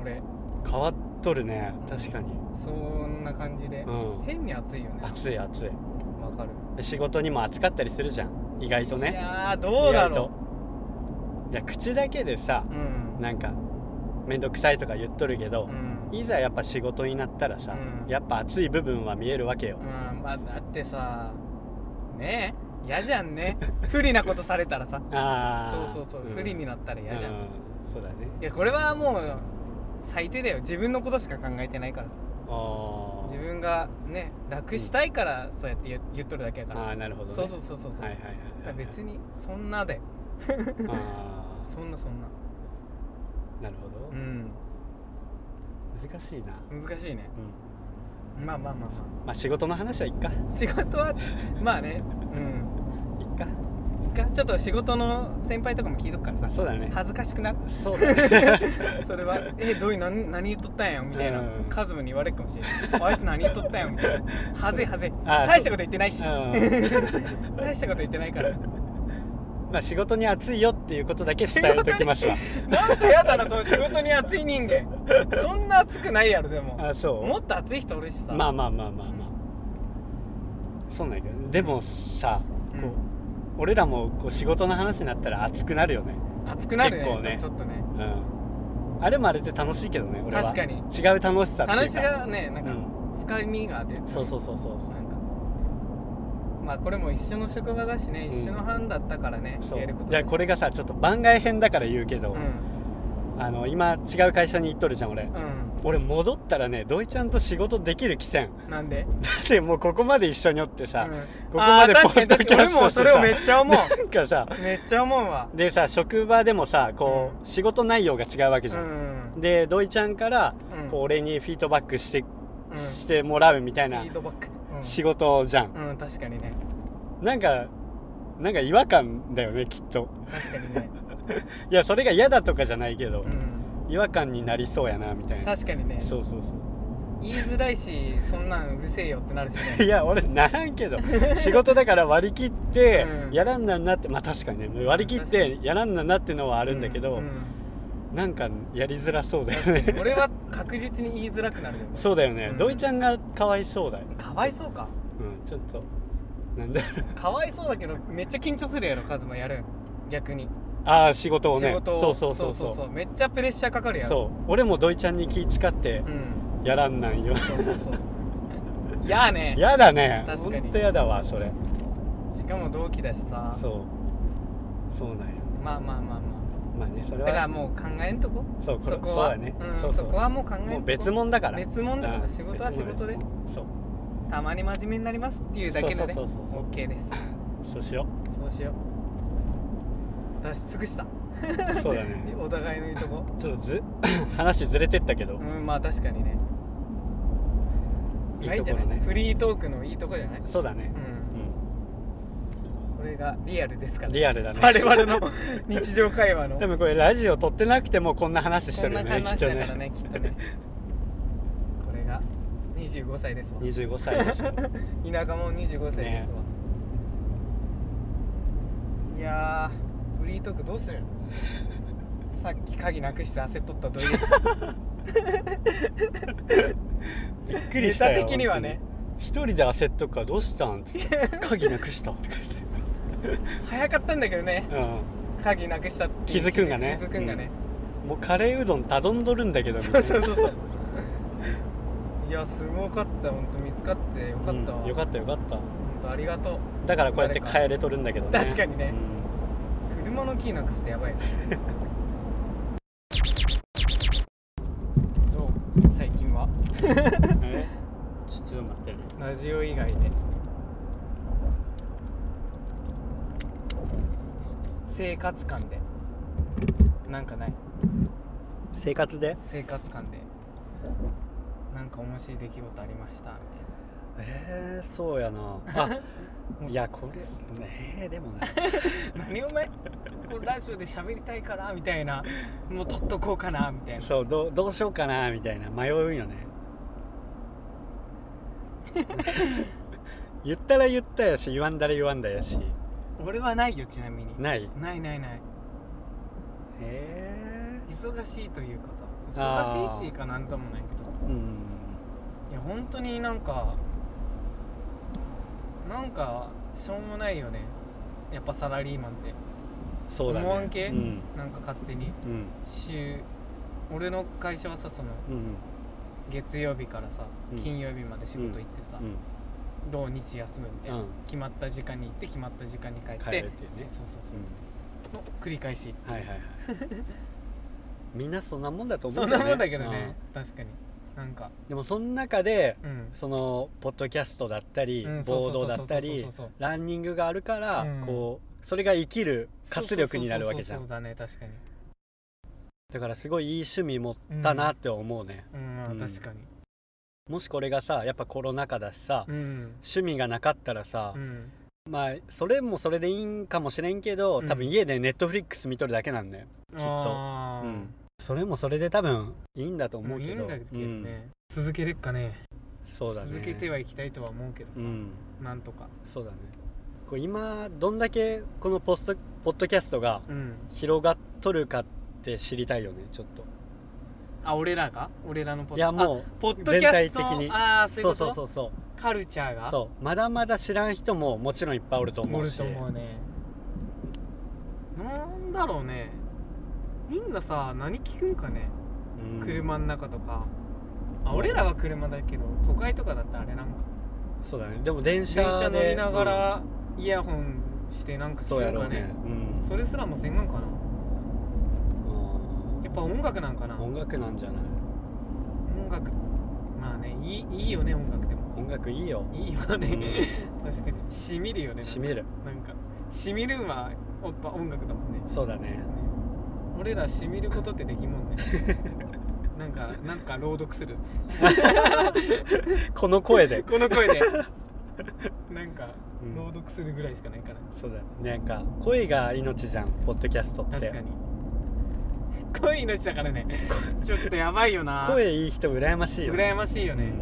S2: 俺
S1: 変わっとるね確かに
S2: そんな感じで、
S1: うん
S2: 変に暑いよね
S1: 暑い暑
S2: わかる
S1: い仕事にも暑かったりするじゃん意外と
S2: い
S1: ね
S2: やーどうだ
S1: 意外
S2: ろ
S1: といや口だけでさ
S2: ううん
S1: なんか面倒くさいとか言っとるけど
S2: う、ん
S1: いざやっぱ仕事になったらさ、
S2: うん
S1: やっぱ暑い部分は見えるわけよ、
S2: うんまあだってさねえ嫌じゃんね不利なことされたらさ
S1: あ
S2: そ
S1: あ
S2: うそうそう、不
S1: リ
S2: 利になったら嫌じゃん、い
S1: うん、そうだね
S2: やこれはもう最低だよ自分のことしか考えてないからさ
S1: あ
S2: 自分がね楽したいからそうやって言,、言っとるだけやか
S1: ああ
S2: ら、
S1: ーなるほど、ね、
S2: そうそうそうそうそう、
S1: はいはい
S2: だ
S1: はい、
S2: から
S1: はい、
S2: 別にそんなで
S1: あ
S2: そんなそんな
S1: あなるほど、
S2: うん
S1: 難しいな、
S2: 難しいね
S1: う
S2: まあまあまあま
S1: ん、まあ仕事の話はいっか
S2: あ仕事はまあねうん
S1: いっか
S2: いいかちょっと仕事の先輩とかも聞いとくからさ
S1: そうだね
S2: 恥ずかしくなる
S1: そうだね
S2: それは「えどういう何何言っとったんや」みたいな、
S1: うん
S2: カズムに言われるかもしれない「あいつ何言っとったんや」みたいな 「はぜいはぜい
S1: あー
S2: 大したこと言ってないし
S1: う
S2: 大したこと言ってないから
S1: んまあ仕事に暑いよっていうことだけ伝えときますわ
S2: なんかやだなその仕事に熱い人間そんな熱くないやろでも
S1: あそ
S2: もっと熱い人おるし
S1: う
S2: さ
S1: まあまあまあまあまあそうなんだけどでもさ
S2: うん
S1: こう俺らもこう仕事の話になったら熱くなるよね
S2: 熱くなる
S1: 結
S2: ね
S1: 構ね
S2: ちょっとね
S1: うんあれもあれで楽しいけどね俺は
S2: 確かに
S1: 違う楽しさっていうか
S2: 話がねなん
S1: う
S2: か
S1: ん
S2: 深みが出る、
S1: そうそうそうそう
S2: なんかまあこれも一緒の職場だしね、
S1: ん
S2: 一緒の班だったからね
S1: そ
S2: 言えるこ
S1: う
S2: と
S1: いや
S2: だし
S1: これがさちょっと番外編だから言うけど、
S2: うん
S1: あの今違う会社に行っとるじゃん俺
S2: う
S1: 俺戻ったらね土井ちゃんと仕事できる気せん
S2: んなんで
S1: だってもうここま で一緒におってさ、
S2: うん
S1: ここ
S2: あ
S1: ま
S2: ー
S1: で
S2: 確かに確かに俺もそれをめ
S1: ち
S2: っちゃ 思う
S1: なんかさ
S2: めっちゃ思うわ
S1: でさ職場でもさこう、仕事内容が違うわけじ
S2: う
S1: ゃん、
S2: ん
S1: で土井ちゃんから
S2: うん
S1: こう俺にフィードバックして、
S2: うんフ
S1: してもらうみたいな
S2: ィードバックうん
S1: 仕事じゃん、
S2: うん確かにね
S1: なんかなんか違和感だよねきっと
S2: 確かにね
S1: い やそれが嫌だとかじゃないけど
S2: う、ん
S1: 違和感になりそうやなみたいな
S2: 確かにね
S1: そうそうそ
S2: 言いづらいしそんなんうるせえよってなるし
S1: うい
S2: ね
S1: や俺ならんけ ど仕事だから割り切って
S2: うん
S1: やらんなんなってまあ確かにね割り切っ
S2: 確
S1: てやらんなんなっての はあ
S2: あ
S1: るんだけど、なんかやりづらそうだよね
S2: 俺は確実に言いづらくなるよね
S1: そうだよね、
S2: うん
S1: 土井ちゃんがかわいそうだよ、
S2: かわいそうか
S1: うん、ちょっとなんだ
S2: かわいそうだけどめっちゃ緊張するやろカズマやるん逆に
S1: ああ仕事を
S2: 仕
S1: ね
S2: 事を
S1: そうそうそうそう
S2: そう
S1: そ
S2: めっちゃプレッシャーかかる
S1: う
S2: やろ
S1: 俺も土井ちゃんに気使って
S2: うん
S1: やらんなんよ
S2: そうそうそうやあね
S1: やだね
S2: 確
S1: ほ
S2: かに
S1: んとやだわそれ
S2: しかも同期だしさ
S1: そうそうなんよ
S2: まあまあまあま
S1: まあねそれ
S2: あだから
S1: は
S2: もう考えんとこ
S1: そうこれ
S2: そこ
S1: そう
S2: は
S1: だね、
S2: うん
S1: そう
S2: そうこはもう考えんとこ
S1: もう別物だから
S2: 別物だから
S1: うん
S2: 仕事は仕事で
S1: 別物そう
S2: たまに真面目になりますっていうだけでね
S1: そうそうそうそう
S2: OK です
S1: そうしよ
S2: そうしよう出し尽くした
S1: う そうだね
S2: お互いのいい とこ
S1: ちょっとず 話ずれてったけど
S2: う、んまあ確かにね
S1: いいとこ
S2: な
S1: ろ
S2: んじゃない
S1: ね
S2: フリートークのいいとこじゃない
S1: そうだね
S2: う、
S1: う
S2: んこれがリアルですか
S1: ん、
S2: ら
S1: リアルだね
S2: 我々の 日常会話の
S1: でもこれラジオ撮ってなくてもこんな話し
S2: こ
S1: て
S2: ん
S1: るよ
S2: な
S1: ね
S2: 話だから
S1: きっとね
S2: ねきっとねこれが25歳ですわ
S1: 25歳 ですよ
S2: 田舎も25歳ですわ、いやーフリートークどうする さっき鍵なくして焦っとった土井です
S1: びっくりしたよ
S2: ネタ的にはね
S1: 本当に一人で焦っとくからどうしたんって言 ったら鍵なくしたとか言って
S2: 早かったんだけどね
S1: う
S2: 鍵なくしたっていう
S1: 気づくんがね
S2: 気づくんがね、
S1: んもうカレーうどん頼んどるんだけどみたい
S2: そ
S1: な
S2: うそうそうそういやすごかった本当見つかってよかったわ、
S1: うんよかったよかった
S2: 本当ありがとう
S1: だからこうやって帰れとるんだけどね
S2: 確かにね
S1: うん
S2: 車のキーなくすってやばいよ どう最近は
S1: えちょっと待ってね
S2: ラジオ以外で生活感でなんかない
S1: 生活で
S2: 生活感でなんか面白い出来事ありましたみ
S1: えー、そうやな あいやこれねえでもね
S2: たいな何お前これラジオで喋りたいからみたいなもう撮っとこうかなみたいな
S1: そうどうどうしようかなみたいな迷うよ ね言ったら言ったやし言わんだら言わんだやし
S2: 俺はないよちなみに
S1: ない
S2: ないないない
S1: え
S2: 忙しいというかさ忙しいっていうかなんともないけどさ
S1: うん
S2: いや本当になんかなんかしょうもないよねやっぱサラリーマンって
S1: そうだね
S2: 思わんけ
S1: うん
S2: なんか勝手に
S1: うん
S2: 週俺の会社はさその
S1: うん
S2: 月曜日からさ、
S1: うん
S2: 金曜日まで仕事行ってさ、
S1: うん
S2: 土日休むみたいな、
S1: うん
S2: 決まった時間に行って決まった時間に帰って
S1: 帰るっていうね
S2: そうそうそうそうの繰り返しって
S1: うん
S2: い
S1: は
S2: う、
S1: いはいはいみんなそんなもんだと思
S2: そ
S1: うんよ
S2: なもんだけどね、確かになんか
S1: うんでもその中で
S2: うん
S1: そのポッドキャストだったり、
S2: うん
S1: ボードだったり
S2: そうそうそうそうそう
S1: ランニングがあるから、
S2: うん
S1: こうそれが生きる活力になるわけじゃ
S2: そうんそうそうそうだね確かに
S1: だからすごいいい趣味持ったなって思うね、
S2: うん、
S1: うん
S2: 確かに
S1: もしこれがさやっぱコロナ禍だしさ、
S2: うん、
S1: 趣味がなかったらさ
S2: う、ん、
S1: まあそれもそれでいいんかもしれんけど多分
S2: うん
S1: 家でネットフリックス見とるだけなんだよ、
S2: き
S1: っとうんそれもそれで多分いいんだと思
S2: も
S1: う
S2: う
S1: け
S2: い
S1: ど
S2: いんだけどね、続けれっかね
S1: うんそうだね
S2: 続けてはいきたいとは思うけど
S1: う
S2: さ、
S1: ん
S2: なんとか
S1: そうだねこう今どんだけこのポストポッドキャストが
S2: うん
S1: 広がっとるかって知りたいよねちょっと
S2: あ俺らが俺らのポッ
S1: いや
S2: う
S1: も
S2: ポッドキャ
S1: 全
S2: スト
S1: 体的に
S2: ああ
S1: う
S2: そういう
S1: そ
S2: こ
S1: う
S2: と
S1: そうそうそ
S2: カルチャー
S1: う
S2: が
S1: そうまだまだ知らん人ももちろんいっぱいおると思
S2: お
S1: う
S2: る
S1: し
S2: と思うねなんだろうねみんなさ何聞くんかね、
S1: うん
S2: 車の中とかあ
S1: うん
S2: 俺らは車だけど都会とかだったらあれなんか
S1: そうだねでも電車
S2: 電
S1: で
S2: 車乗りなが、らイヤホンしてなんか
S1: うん
S2: 聞
S1: そうや
S2: くん
S1: ろ
S2: か
S1: うね
S2: ね
S1: うん
S2: それすらもせんのかな
S1: うん
S2: やっぱ音楽なんかな
S1: 音楽なんじゃない
S2: 音楽まあねいいいいよね音楽でも
S1: 音楽い いよ
S2: いいよね確かにしみるよね
S1: しみる
S2: なんかしみるんはやっぱ音楽だもんね
S1: そうだね
S2: 俺らしみることってできんもん ねなんかなんか朗読する
S1: この声で、
S2: この声 でなんか
S1: うん
S2: 朗読するぐらいしかないから
S1: そうだねなんか声が命じゃんポッドキャストって
S2: 確かに声命だからねちょっとやばいよな
S1: 声いい人羨ましいよ
S2: 羨ましいよ
S1: う
S2: ね
S1: ん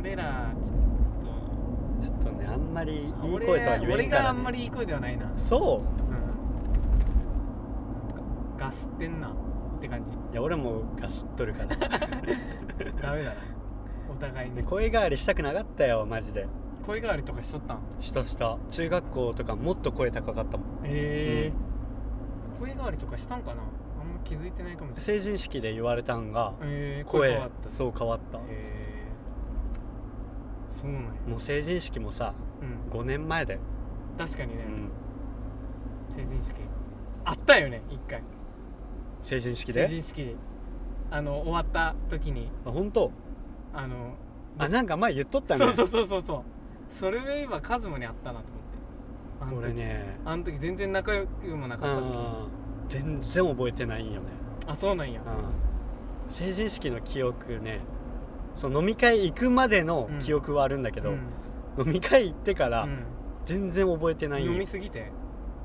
S2: 俺らちょっ
S1: ちょっとねあんまりいい
S2: と
S1: 声とは言
S2: 俺
S1: え
S2: 俺
S1: んから、ね、
S2: があんまりいい声ではないな
S1: そ
S2: うんガスってんなって感じ
S1: ういや俺もガスっとるから
S2: ダメだなお互い
S1: で
S2: に
S1: 声変わりしたくなかったよマジで
S2: 声変わりとかしとったん
S1: したした中学校とかもっと声高かったもん
S2: ええ声変わりとかしたんかなあんま気づいてないかもしれない
S1: 成人式で言われたんが
S2: ええ声
S1: 声
S2: 変わった
S1: そう変わった、
S2: ええそうなんや
S1: もう成人式もさ
S2: うん
S1: 5年前だよ、
S2: 確かにね、
S1: うん
S2: 成人式あったよね一回
S1: 成人式
S2: 成
S1: で
S2: 人式あの終わった時に
S1: あ本当
S2: あの
S1: あなんか前言っとったね
S2: そうそうそうそうそうそれで今カズマに会ったなと思ってあ
S1: 俺
S2: の時
S1: ね
S2: あの時全然仲良くもなかった時
S1: う
S2: に
S1: ん全然覚えてないんよね、
S2: あそうなんや
S1: うん、成人式の記憶ねその飲み会行くまでの記憶はあるんだけど、
S2: うん
S1: 飲み会行ってから
S2: うん
S1: 全然覚えてないんよ
S2: 飲み
S1: い
S2: すぎてへ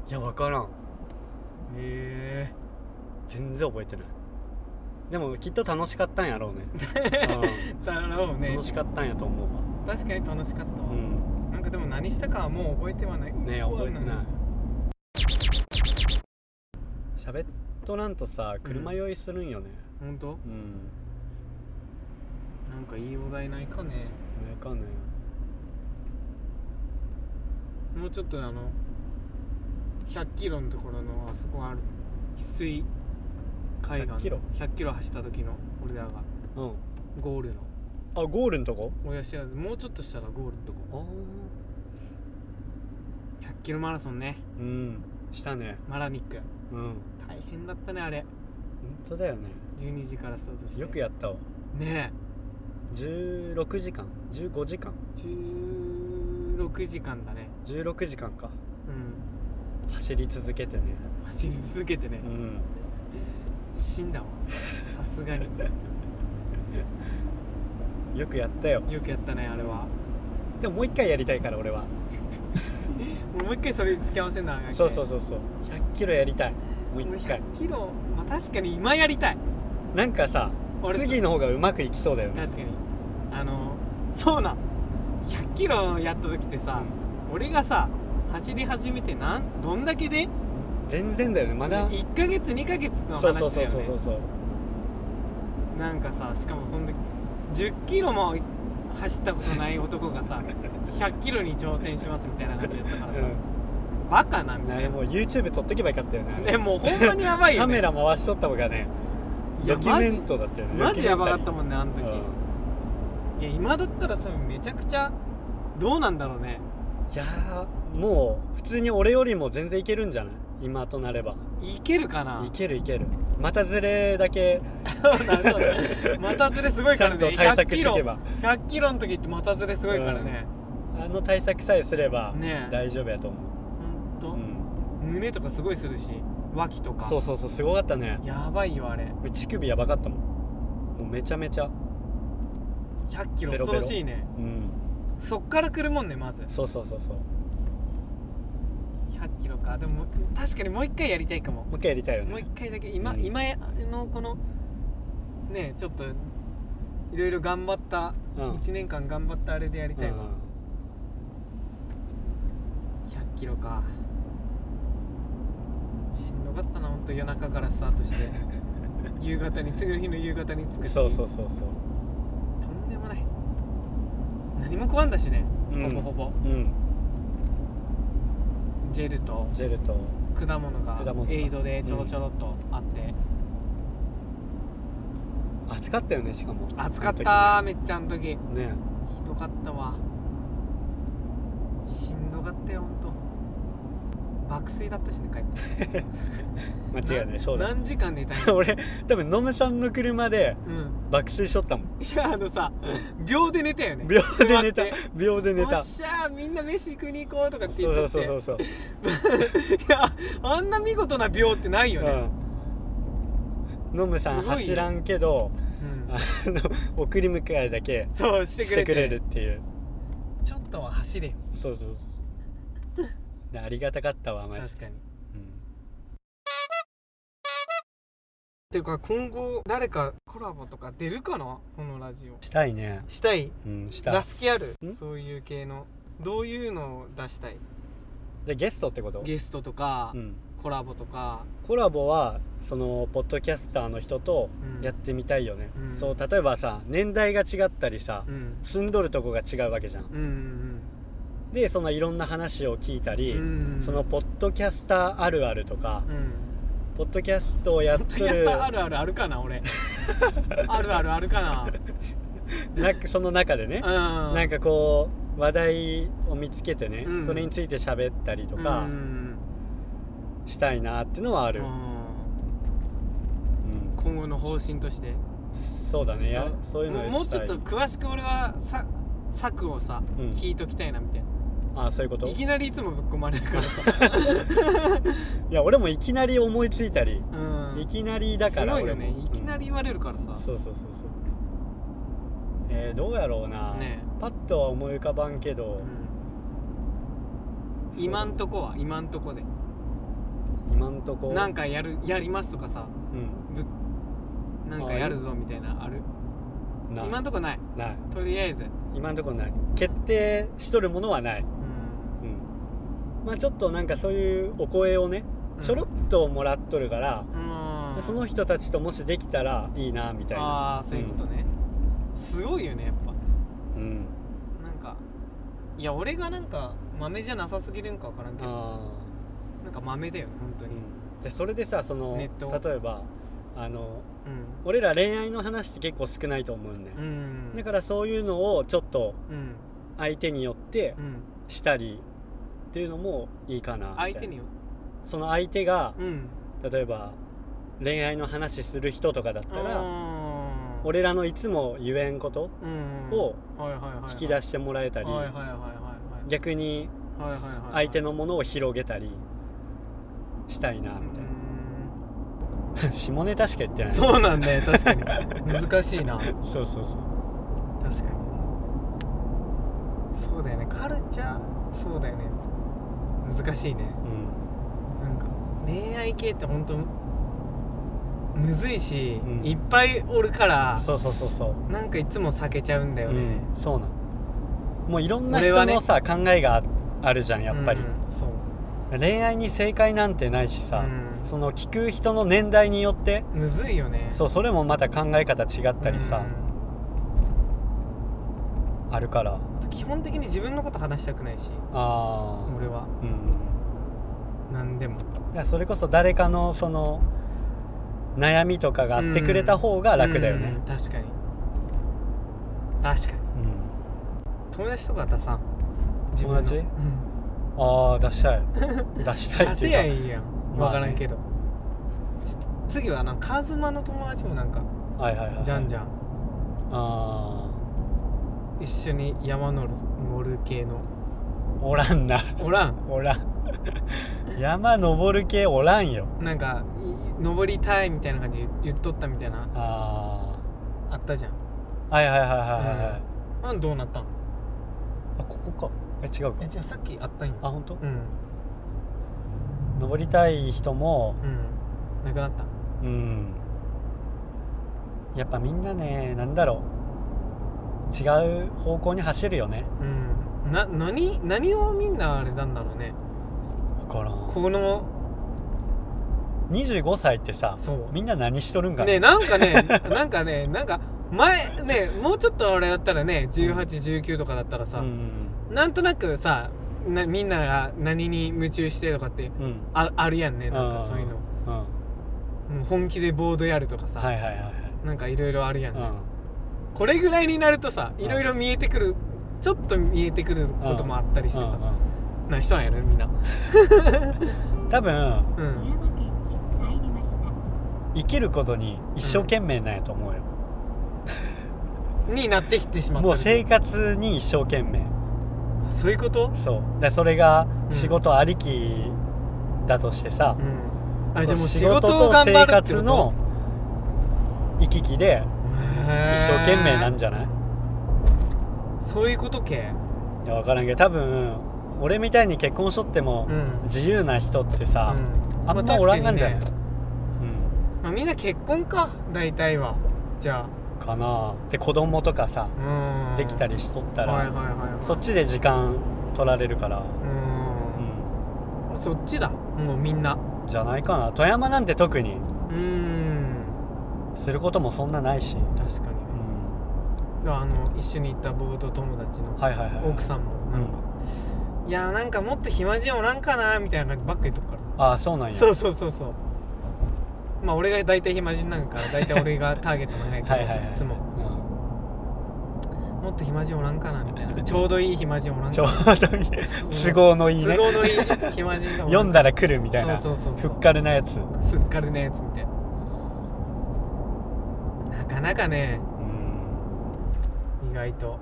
S1: や分からん
S2: え
S1: 全然覚えてないでもきっと楽しかったんやろうね、
S2: だろう
S1: うん
S2: ね
S1: 楽しかったんやと思うわ
S2: 確かに楽しかったわ、
S1: うん
S2: なんかでも何したかはもう覚えてはない
S1: ね
S2: うわ
S1: 覚えてない
S2: ん
S1: 喋っとらんとさ車酔いするんよね
S2: ほんと
S1: うん、
S2: なんかいいお題ないかね
S1: なんかね
S2: もうちょっとあの100キロのところのあそこある翡翠海岸の
S1: 100キロ
S2: 100キロ走った時の俺らが
S1: うん
S2: ゴールの
S1: あゴールんとこ
S2: 親知らずもうちょっとしたらゴールのとこ
S1: あ
S2: 100キロマラソンね
S1: うんしたね
S2: マラニック
S1: うん本
S2: 大変だったねあれ
S1: 当だよね
S2: 12時からスタートして
S1: よくやったわ
S2: ね
S1: 16時間15時間
S2: え16時間だね
S1: 16時間か
S2: うん
S1: 走り続けてね
S2: 走り続けてね、
S1: うん
S2: 死んだわさすがに
S1: よくやったよ
S2: よくやったねあれは
S1: でももう一回やりたいから俺は
S2: 俺もう一回それに付き合わせんな
S1: そうそう
S2: そ
S1: そうそう100キロやりたいもう
S2: う
S1: 一回
S2: 100キロ、まあ、確かに今やりたい
S1: なんかさ
S2: 俺
S1: 次の方がうまくいきそうだよね
S2: 確かにあのそうなん100キロやった時ってさ、俺がさ走り始めてなんどんだけで
S1: 全然だよねまだ
S2: 1ヶ月2ヶ月の話だよね
S1: そうそうそうそうそう
S2: なんかさしかもその時10キロも走ったことない男 がさ100キロに挑戦しますみたいな感じだったからさ、バカなみ
S1: うん、
S2: た
S1: あ
S2: い
S1: れ
S2: な
S1: もう YouTube 撮っとけばよかったよねあれ
S2: ねもうほんまにやばいよ、
S1: カ
S2: ね、
S1: メラ回しとった方がね
S2: いや
S1: ドキュメントだったよね
S2: マジやばかった
S1: も
S2: もんねあの時、
S1: い
S2: いや今だったらさめちゃくちゃどうなんだろうね
S1: やーもう普通に俺よりも全然いけるんじゃない今となれば
S2: いけるかない
S1: けるいけるまたずれだけ
S2: そうだそう だ股ずれすごい
S1: ち
S2: か
S1: ゃ
S2: ら
S1: んと
S2: ね
S1: 対策していけば、
S2: 100キロ100キロの時って股ずれすごいからね、
S1: あの対策さえすれば
S2: ねえ
S1: 大丈夫やと思う、
S2: ほんと、
S1: うん、
S2: 胸とかすごいするし脇とか
S1: そうそうそうすごかったね
S2: やばいよあれ
S1: 乳首やばかったもんもうめちゃめちゃ
S2: 100キロ
S1: ベロベロ
S2: 恐ろしいね
S1: うん
S2: そっから来るもんねまず
S1: そうそうそうそうも
S2: 100キロかでも確かにもう一回やりたいかも
S1: う一回やりたいよ
S2: もう一
S1: ね
S2: 回だけ今、
S1: うん
S2: 今のこのねちょっといろいろ頑張った、
S1: うん
S2: 1年間頑張ったあれでやりたいわ、100キロかしんどかったな本当夜中からスター トして夕方に次の日の夕方に着
S1: う
S2: く
S1: んそうそううそうそう
S2: とんでもない何も食わんだしね、
S1: うん
S2: ほぼほぼ
S1: うん
S2: ジェルと
S1: ジェルと
S2: 果物が
S1: 果物が
S2: エイドでちょろちょろっとあって、
S1: 暑かったよねしかも
S2: 暑かっためっちゃあの時
S1: あの時ねね
S2: ひどかったわしんどかったよほんと爆睡だったしね帰って
S1: 間 違いないそうだ
S2: 何時間寝たん や
S1: 俺多分ノムさんの車で
S2: うん
S1: 爆睡しとったもん
S2: いやあのさ秒で寝たよ ね
S1: 秒で寝
S2: 座
S1: た
S2: って
S1: 秒で寝
S2: おった
S1: そ
S2: しゃーみんな飯食いに行こうとかって言っ
S1: う
S2: と
S1: そ
S2: っ
S1: う
S2: て
S1: そうそう
S2: いやあんな見事な秒ってないよ
S1: う
S2: ね、
S1: んノムさん
S2: すごいよ
S1: 走らんけど
S2: うん
S1: あの送り迎えだけ
S2: そうして
S1: し
S2: く
S1: て
S2: れて
S1: くれるっていう
S2: ちょっとは走れよ
S1: そうそうそうでありがたかったわマジ
S2: 確
S1: で
S2: かに
S1: うん
S2: ていうか今後誰かコラボとか出るかなこのラジオ
S1: したいね
S2: したい
S1: うんした
S2: 出す気ある
S1: ん
S2: そういう系のどういうのを出したい
S1: でゲストってこと
S2: ゲストとか、
S1: うん
S2: コラボとか
S1: コラボはそのポッドキャスターの人と
S2: うん
S1: やってみたいよね、
S2: うん
S1: そう例えばさ年代が違ったりさ、
S2: うん
S1: 住んどるとこが違うわけじゃん
S2: うんうん
S1: でそのいろんな話を聞いたり、
S2: うん
S1: そのポッドキャスターあるあるとか、
S2: うん
S1: ポッドキャストをやっ
S2: ポッド
S1: と
S2: キャ
S1: る
S2: スターあるあるあるかな 俺あるあるあるかな
S1: なその中でね、
S2: うん
S1: なんかこう話題を見つけてね、
S2: うん
S1: それについて喋ったりと
S2: う
S1: か
S2: ん
S1: したいなってのはある、
S2: う
S1: うん
S2: ん今後の方針として
S1: そうだねやそういうのを
S2: もう
S1: した
S2: ちょっ
S1: い
S2: と詳しく俺はさ策をさ、
S1: うん
S2: 聞いときたいなみたい
S1: あそういうこと
S2: ないいきなりいつもぶっ込まれるからさ、
S1: や俺もいきなり思いついたり
S2: うん、
S1: いきなりだから
S2: すごいよね
S1: 俺も
S2: いきなり言われるからさ、
S1: そうそうそうそうえー、どうやろうな、
S2: ね
S1: パッとは思い浮かばんけど、
S2: うん今んとこは今んとこで
S1: 今んとこ
S2: なんかやるやりますとかさ
S1: うん
S2: ぶなんかやるぞみたいなある
S1: ない
S2: 今んとこない
S1: ない
S2: とりあえず、
S1: 今んとこない決定しとるものはない、
S2: うん
S1: うん、まあちょっとなんかそういうお声をねちょろっともらっとるから、
S2: うん
S1: その人たちともしできたらいいなみたいな、
S2: ああそういうことね、すごいよねやっぱ
S1: うん、
S2: なんかいや俺がなんか豆じゃなさすぎるんかわからんけど
S1: あ
S2: なんか豆だよね本当
S1: ー、
S2: に
S1: うん、でそれでさその
S2: ネ
S1: 例
S2: ット
S1: えばあの
S2: う
S1: 俺ら恋愛の話って結構少ないと思うんだよ、
S2: んうん
S1: だからそういうのをちょっと
S2: うん
S1: 相手によって
S2: うん
S1: したりっていうのもいいかなみたい
S2: 相
S1: な
S2: 手によ
S1: その相手が
S2: うん
S1: 例えば恋愛の話する人とかだったら
S2: ら
S1: 俺らのいつも言えんことを引
S2: 引
S1: き出してもらえたり
S2: はいはいはいはいはい
S1: 逆に
S2: はいはいはいはい
S1: 相手のものを広げたりしたいなみたいな 下ネタしか言って
S2: う
S1: なんい
S2: そうなんだよ確かに 難しいな確
S1: そうそうそう
S2: かにそうだよねカルチャーそうだよね難しいね
S1: うん
S2: なんか恋愛系って本当むずいし、
S1: うん
S2: いっぱいおるから
S1: そうそうそうそう
S2: なんかいつも避けちゃうんだよ
S1: う
S2: ね、
S1: ん、そうなんもういろんな
S2: 俺
S1: 人
S2: はね
S1: のさ、考えがああるじゃんやっぱり、
S2: うんそう
S1: 恋愛に正解なんてないしさ、
S2: うん
S1: その聞く人の年代によって
S2: むずいよね
S1: そうそれもまた考え方違ったりさ、
S2: うん
S1: あるから
S2: 基本的に自分のこと話したくないし
S1: あ
S2: 俺は
S1: あうん
S2: 何でも
S1: だからそれこそ誰かのその悩みとかがあってくれた方が楽だよね
S2: うん、確かに確かに
S1: うん
S2: 友達とか出さん自分
S1: 友
S2: の
S1: 達
S2: うん
S1: ああ出したい 出したい
S2: 出
S1: って
S2: せ
S1: いうか
S2: やいいやん
S1: まあね
S2: 分からんけど、ちょっと次はなんかカズマの友達もなんか
S1: はいはいはい
S2: じゃんじ
S1: ゃん
S2: ゃん
S1: あ
S2: 一緒に山乗る乗る系の
S1: ーおらん な
S2: おらん
S1: おらん山登る系おらんよ
S2: なんかい登りたいみたいな感じで言っとったみたいな
S1: あ
S2: あったじゃん
S1: あはいはいはいはいはいはい、
S2: あどうなったん
S1: あここかえ違うか
S2: えじゃあさっきあったんよ
S1: あ本当、
S2: うん
S1: 登りたい人も
S2: うんなくなった
S1: うんやっぱみんなねなんだろう違う方向に走るよね
S2: うんな何何をみんなあれなんだろうね
S1: 分からん
S2: この
S1: 25歳ってさ
S2: そう
S1: みんな何しとるんか
S2: ねなんかね なんかねなんか前ねもうちょっとあれだったらね1819とかだったら
S1: う
S2: さ、
S1: ん
S2: なんとなくさなみんなが何に夢中してとかって
S1: うんうん
S2: ああるやんねなん
S1: あ
S2: か
S1: ー
S2: そういうの
S1: うんは
S2: もう本気でボードやるとかさ、
S1: いはいはいはい
S2: なんかいろいろあるやん、
S1: う
S2: ね
S1: ん
S2: これぐらいになるとさ
S1: うん
S2: いろいろ見えてくるちょっと見えてくることもあったりしてさ、
S1: うん
S2: なんか人なんやろみんな
S1: うん多分
S2: うん
S3: 富山県に入りました。
S1: 生きることに一生懸命なんやと思うよ、
S2: になってきてしまった
S1: もう生活に一生懸命
S2: あそういうこと
S1: そうでそれが仕事ありきだとしてさ、
S2: うん
S1: そ
S2: あ
S1: う
S2: じゃあもう
S1: 仕
S2: 仕
S1: 事
S2: 事を
S1: と
S2: 頑張
S1: 生
S2: るってこ
S1: 活
S2: と
S1: の行き来で
S2: へー
S1: 一生懸命なんじゃない
S2: そういうことけ
S1: いや分からんけど多分俺みたいに結婚しとっても
S2: うん
S1: 自由な人って
S2: あ
S1: さ、あんまおらんがんじゃない、
S2: まあ、みんな結婚か大体はじゃ
S1: うん、かなで子供とかさ
S2: あうん
S1: できたりしとったら、
S2: はいはいはいはい
S1: そっちで時間取られるから、
S2: うん
S1: う、
S2: そっちだもうみんなん
S1: じゃないかな富山なんて特に
S2: うん
S1: することもそんなないし、
S2: 確かに
S1: う
S2: ね
S1: ん、
S2: あの一緒に行ったボード友達の
S1: はいはいはい
S2: 奥さんもなんか、いやーなんかもっと暇人おらんかなみたいな感じばっかりとくから
S1: ああそうなんや
S2: そうそうそうそうまあ俺が大体暇人なんか大体俺がターゲットなんやけど
S1: はいはいはい
S2: つももっと暇人おらんかなみた いなちょうどいい暇人おら
S1: うんんち
S2: か
S1: ょう
S2: な
S1: どいい都合のいいね
S2: 都合のいい暇人がおらんかな
S1: 読んだら来るみたいな
S2: そうそうそう
S1: ふ
S2: そう
S1: っかるなやつ、
S2: ふっかるなやつみたいななかなかね
S1: うん、
S2: 意外と、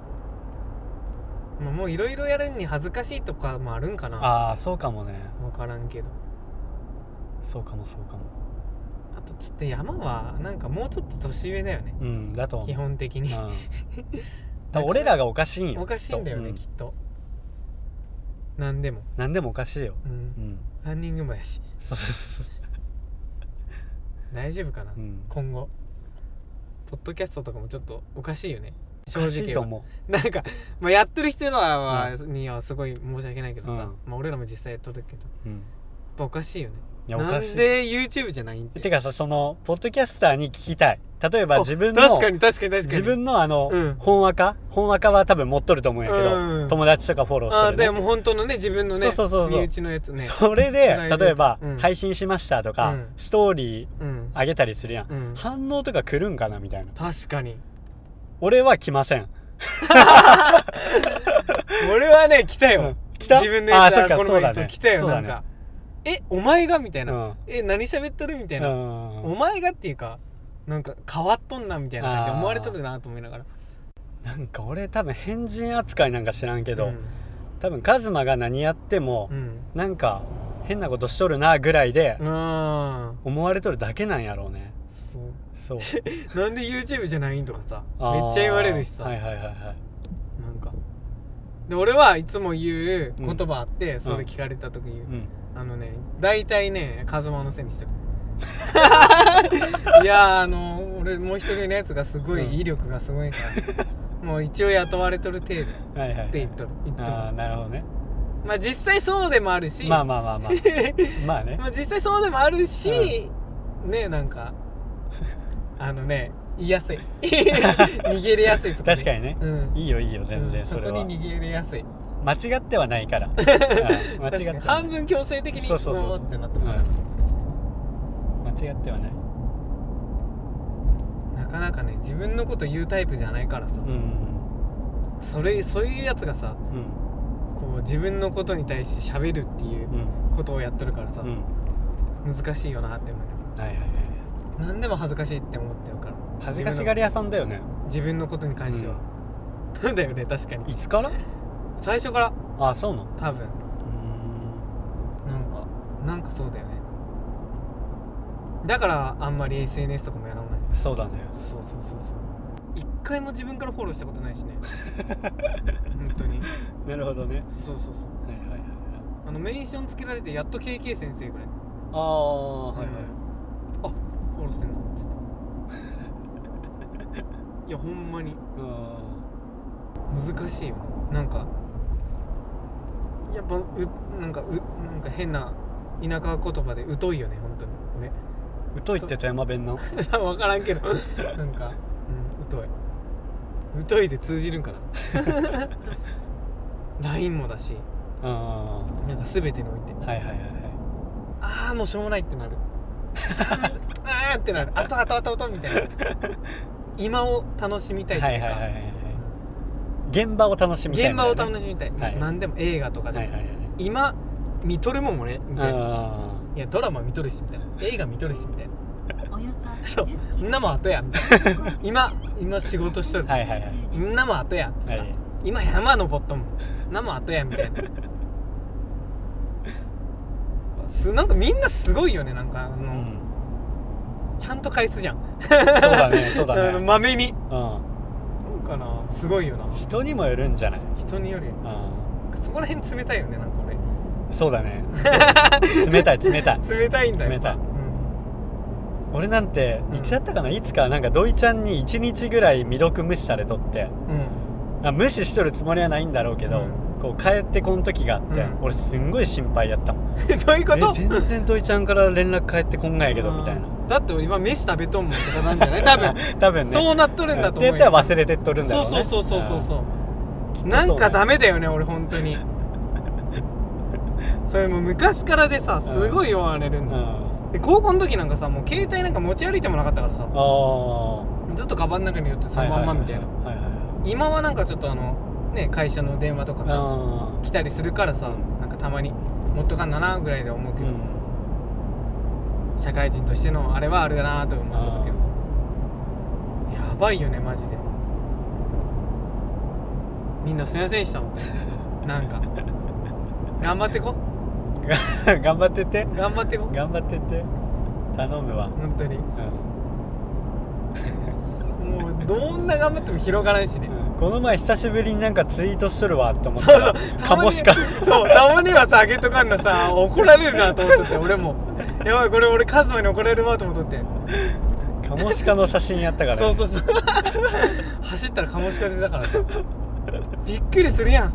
S2: まあ、もういろいろやるに恥ずかしいとかもあるんかな
S1: ああそうかもね
S2: 分からんけど
S1: そうかもそうかも
S2: あとちょっと山はなんかもうちょっと年上だよね
S1: うんだと思う
S2: 基本的
S1: うん
S2: に
S1: だから俺らがおかしいんよ
S2: おかしいんだよね
S1: きっ
S2: き
S1: と
S2: っと何でも、
S1: うん何でもおかしいよ、
S2: うん
S1: うん、
S2: ランニングもやし
S1: そうそうそうそ
S2: 大丈夫かな、
S1: う、うん、
S2: 今後ポッドキャストとかもちょっとおかしいよね
S1: おかしいと思
S2: なんか、まあ、やってる人らは、にはすごい申し訳ないけどさ、
S1: うん
S2: まあ、俺らも実際やっとるけどやっ
S1: う、うん、
S2: ぱおかしいよね
S1: いやおかし
S2: ないんで YouTube じゃないん
S1: てかさそのポッドキャスターに聞きたい例えば
S2: あ
S1: 自分の
S2: 確かに確かに確かに
S1: 自分のあの、
S2: うん
S1: 本赤本赤は多分持っとると思うんやけど、
S2: うん
S1: 友達とかフォローし
S2: あ
S1: て
S2: あ
S1: る、
S2: ー
S1: ね
S2: でも本当のね自分のね
S1: そうそうそうそう
S2: 身内のやつね
S1: それで
S2: プライベート
S1: 例えば、
S2: うん
S1: 配信しましたとか、
S2: うん
S1: ストーリー
S2: うん、
S1: あげたりするやん、
S2: うん、
S1: 反応とか来るんかなみたいな
S2: 確かに
S1: 俺は来ません
S2: 俺はね来たよ、
S1: うん来た
S2: 自分の
S1: あ
S2: や
S1: あ
S2: つ
S1: そっか
S2: この
S1: そうだ
S2: 前
S1: ね
S2: 来たよ、
S1: そうだ
S2: な
S1: ね
S2: んかえお前がみたいな、
S1: うん
S2: え何喋ってるみたいな、
S1: うん
S2: お前がっていうかなんか変わっとんなみたいな感じ
S1: あ
S2: で
S1: ー
S2: 思われとるなと思いながら
S1: なんか俺多分変人扱いなんか知らんけど、
S2: うん
S1: 多分カズマが何やっても
S2: う、ん
S1: なんか変なことしとるなぐらいで
S2: うーん
S1: 思われとるだけなんやろうね
S2: そう
S1: そう
S2: なんで YouTube じゃないんとかさ
S1: あ
S2: め
S1: ー
S2: っちゃ言われるしさ、
S1: はいはいはいはい
S2: なんかで俺はいつも言う言葉あって、それ聞かれた時に言う、
S1: うん
S2: あのね大体ねカズマのせいに してるいやーあの俺もう一人のやつがすごい威力が すごいから、もう一応雇われとる程度っ
S1: はいはいはい
S2: て言っとるいつ
S1: ああ
S2: も
S1: なるほどね
S2: まあ実際そうでもあるし
S1: まあまあまあま あまあね
S2: まあ実際そうでもあるし、ねなん かあのね言いやすい逃げれやすいそこ
S1: 確かにね
S2: うん
S1: いいよいいよ全
S2: う
S1: 然
S2: ん
S1: それ
S2: こ
S1: は
S2: に逃げれやすい
S1: 間違ってはないからう ん間違って
S2: 確か
S1: はな
S2: に
S1: い
S2: 半分強制的に
S1: そうそうそう
S2: も
S1: そうう
S2: ってなってもらう
S1: うん間違ってはない
S2: なかなかね自分のこと言うタイプじゃないからさ、
S1: うん
S2: それそういうやつがさ
S1: うん
S2: こう自分のことに対して喋るっていう
S1: うん
S2: ことをやってるからさ、
S1: うん
S2: 難しいよなって思いなが
S1: はいはいはい
S2: ら何でも恥ずかしいって思ってるから
S1: 恥ずかしがり屋さんだよね
S2: 自分のことに関しては、なん だよね確か
S1: うん
S2: に
S1: いつから
S2: 最初から
S1: あそうなの
S2: 多分
S1: う
S2: なんかなんかそうだよねだからあんまり SNS とかもやらない
S1: ーんそうだね
S2: そうそうそうそう一回も自分からフォローしたことないし ね本当に
S1: なるほどね
S2: そうそうそう
S1: はいはいはいはい
S2: あのメンションつけられてやっと KK 先生ぐらい
S1: ああはいはい
S2: あフォローしてんのっつって いやほんまに
S1: う
S2: 難しいよなんかやっぱうなんかうなんか変な田舎言葉で疎いよね本当に
S1: ん
S2: ね
S1: 疎いって富山弁の
S2: 分からんけどなんか、うん、疎い疎いで通じるんか な LINE もだし
S1: うんは
S2: なんか全てにおいて
S1: いはいはいはい
S2: ああもうしょうもないってな るああってなるあとあとあとあとみたいな今を楽しみたいと
S1: はいいう
S2: か、
S1: はいはいはい現場を楽しみたい
S2: 現
S1: み
S2: 場
S1: たい
S2: を
S1: な
S2: 楽しみたい、
S1: はい
S2: 何でも映画とかでも、
S1: はいはいはい
S2: 今見とるもん俺みたいな
S1: あ
S2: いやドラマ見とるしみたいな映画見とるしみたいな
S3: およそ
S2: そう
S3: 10キ
S2: みん
S3: ロ
S2: な も後やみたいな今今仕事しとる
S1: はいはいはい
S2: みんなも後やつっ
S1: ー
S2: て
S1: は
S2: ない今山登っとんもん何も後やみたいなすなんかみんなすごいよねなんかあの、
S1: うん
S2: ちゃんと返すじゃん
S1: そうだねそうだ
S2: あの
S1: ね
S2: まめに
S1: うん
S2: なんかなすごいよな
S1: 人にもよるんじゃない
S2: 人により
S1: うん
S2: そこら辺冷たいよねなんか
S1: そうだ ね冷たい冷たい
S2: 俺冷たいんだよ
S1: 冷たい
S2: うん
S1: 俺なんていつやったかないつかなんか土井ちゃんに1日ぐらい未読無視されとって
S2: うん
S1: あ無視しとるつもりはないんだろうけど、
S2: うん
S1: こう帰ってこん時があって、
S2: うん
S1: 俺すんごい心配やったもん
S2: どういうこ
S1: え
S2: と
S1: 全然土井ちゃんから連絡返ってこんがんやけどみたいな
S2: あーだって俺今飯食べとんもんとかなんじゃない多分
S1: 多 分ね
S2: そうなっとるんだと思うよ
S1: ってやったら忘れてっとるんだろうね
S2: そうそうそうそうそうそう
S1: とそうだ
S2: な
S1: よ
S2: んかダメだよね俺本当 にそれもう昔からでさすごい言われ
S1: う
S2: る
S1: んん
S2: だ
S1: う
S2: よ、
S1: ん
S2: で高校の時なんかさもう携帯なんか持ち歩いてもなかったから
S1: あ
S2: さ
S1: あ
S2: ずっとカバンの中に寄ってそのまんまみたいな、
S1: はいはいはい
S2: 今はなんかちょっとあのね会社の電話とかさ
S1: あ
S2: 来たりするからさ
S1: うん
S2: なんかたまに持っとかんだなぐらいで思う
S1: ー
S2: け
S1: う
S2: ど、
S1: ん
S2: 社会人としてのあれはあるだなと思っとったけど
S1: あ
S2: やばいよねマジでみんなすいませんでした本当になんか頑張ってこ
S1: ー頑張ってって
S2: 頑張ってこ
S1: 頑張ってって頼むわ
S2: 本当に
S1: うん
S2: もうどんな頑張っても広がらないしね
S1: うんこの前久しぶりになんかツイートしとるわって思った
S2: そうそう
S1: らカモシカ
S2: そうたまにはさ上げとかんなさ怒られるなと思っとって俺もやばいこれ俺カズマに怒られるわと思っとって
S1: カモシカの写真やったから
S2: そうそうそう走ったらカモシカ出たからさびっくりするやん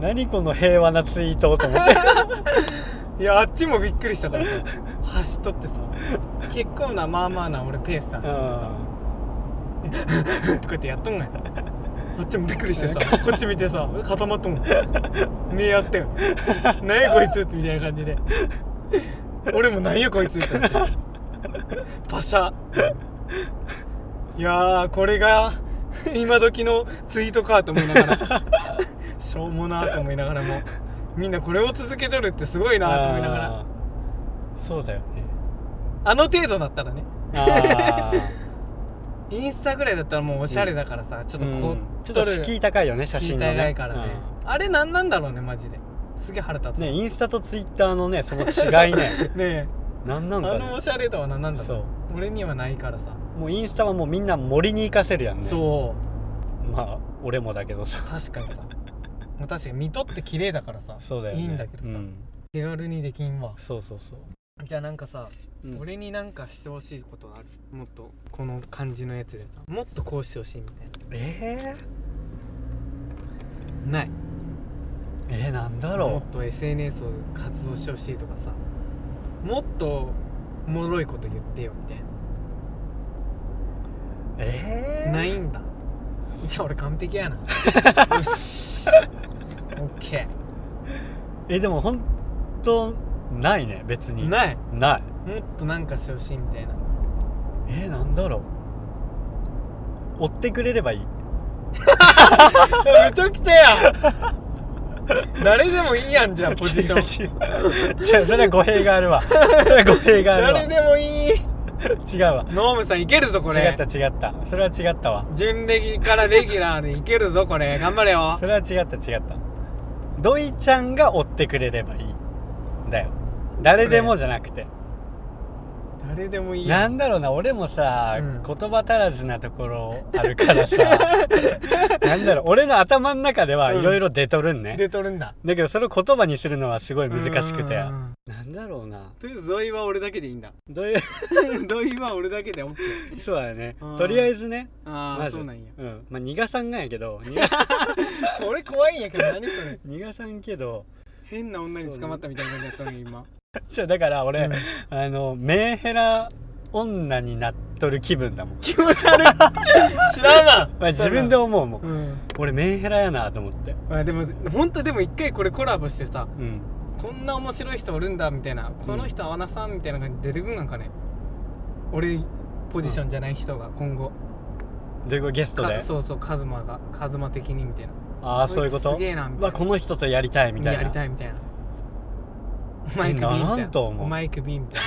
S1: 何この平和なツイートと思って
S2: いやあっちもびっくりしたからさ走っとってさ結構なまあまあな俺ペースで走っとってさとかってやっとんがいあっちもびっくりしてさこっち見てさ固まっとんがん目合って ん何やこいつってみたいな感じで俺も何やこいつってなってパシャいやーこれが今時のツイートかと思いながらしょうもなーと思いながらもみんなこれを続けとるってすごいなーと思いながら
S1: あーそうだよね
S2: あの程度だったらね
S1: あー
S2: インスタぐらいだったらもうおしゃれだからさ、ちょっとこう、
S1: うんちょっと敷居高いよね写
S2: 聞
S1: 真
S2: い
S1: の
S2: た
S1: ね
S2: いないからね、あれなんなんだろうねマジですげえ腹立
S1: う
S2: つ
S1: んねインスタとツイッターのねその違い ね
S2: ねえ
S1: 何な
S2: あ
S1: んか
S2: のお
S1: ね
S2: しゃれとは何なんだ
S1: そ
S2: ろ
S1: う
S2: う俺にはないからさ、
S1: もうインスタはもうみんな森に行かせるやんね
S2: そう
S1: まあ俺もだけどさ
S2: 確かにさもう確かに見とって綺麗だからさ
S1: そうだよね
S2: いいんだけどさ、
S1: うん
S2: 手軽にできんわ
S1: そうそうそう
S2: じゃあなんかさ、
S1: うん
S2: 俺になんかしてほしいことあるもっとこの感じのやつでさもっとこうしてほしいみたい
S1: ええ
S2: なない
S1: えー、なんだ
S2: も
S1: ろ
S2: っと SNS を活動してほしいとかさもっとおもろいこと言ってよみたいう
S1: え
S2: な
S1: ー、
S2: ないんだじゃあ俺完璧 やなよしオッケ
S1: えでも本当ないね別
S2: ー
S1: にい
S2: ない
S1: ない
S2: もっとなんかしてほしいみ たいな
S1: えー、なんだろう追ってくれればいい
S2: めちゃくちゃや ん誰でもいいやんじゃあポジション
S1: 違う違う違うそれは語弊がある わそれは語弊があるわ
S2: 誰でもい
S1: 違
S2: い
S1: うわ
S2: ノームさんいけるぞこ
S1: 違っ
S2: れ
S1: た違ったそれは違ったわ
S2: 準レギからレギュラーでいけるぞこれ頑張れよ
S1: それは違った違ったドイちゃんが追ってくれればいいだよ誰でもじゃなくて
S2: 誰でもいいやん
S1: なんだろうな俺もさ、
S2: うん
S1: 言葉足らずなとこ ろあるからさなんだろう俺の頭の中では
S2: うん
S1: いろいろ出とるんね、
S2: で取るんだ
S1: だけどそれを言葉にするのはすごい難しくて
S2: うん
S1: なんだろうな
S2: とりあえず同意は俺だけでいいんだ
S1: どういう
S2: 同意は俺だけで OK
S1: そうだね
S2: うん
S1: とりあえずね
S2: ああ、
S1: まず
S2: そうなんや
S1: うんまあ苦さんがやけど 苦
S2: それ怖いんやけど何それ
S1: 苦さんけど
S2: 変な女に捕まったみたいな感じだったのに今
S1: ちょだから俺、
S2: うん
S1: あのメンヘラ女になっとる気分だもん、
S2: 気持ち悪い知らんわ
S1: まあ、自分で思うもん
S2: うん
S1: 俺メンヘラやなと思って
S2: まあでも本当でも一回これコラボしてさ
S1: うん
S2: こんな面白い人おるんだみたいなこの人合わなさんみたいな感じで出てくんなんかね俺ポジションじゃない人が今後
S1: どういうことゲストで
S2: かそうそうカズマがカズマ的にみたいな
S1: ああそういうこ
S2: つ
S1: と
S2: すげえなみ
S1: う
S2: た
S1: わ
S2: いな
S1: この人とやりたいみたいな
S2: やりたいみたいなお前クビみたい
S1: な
S2: な
S1: んと思う
S2: お前クビみたい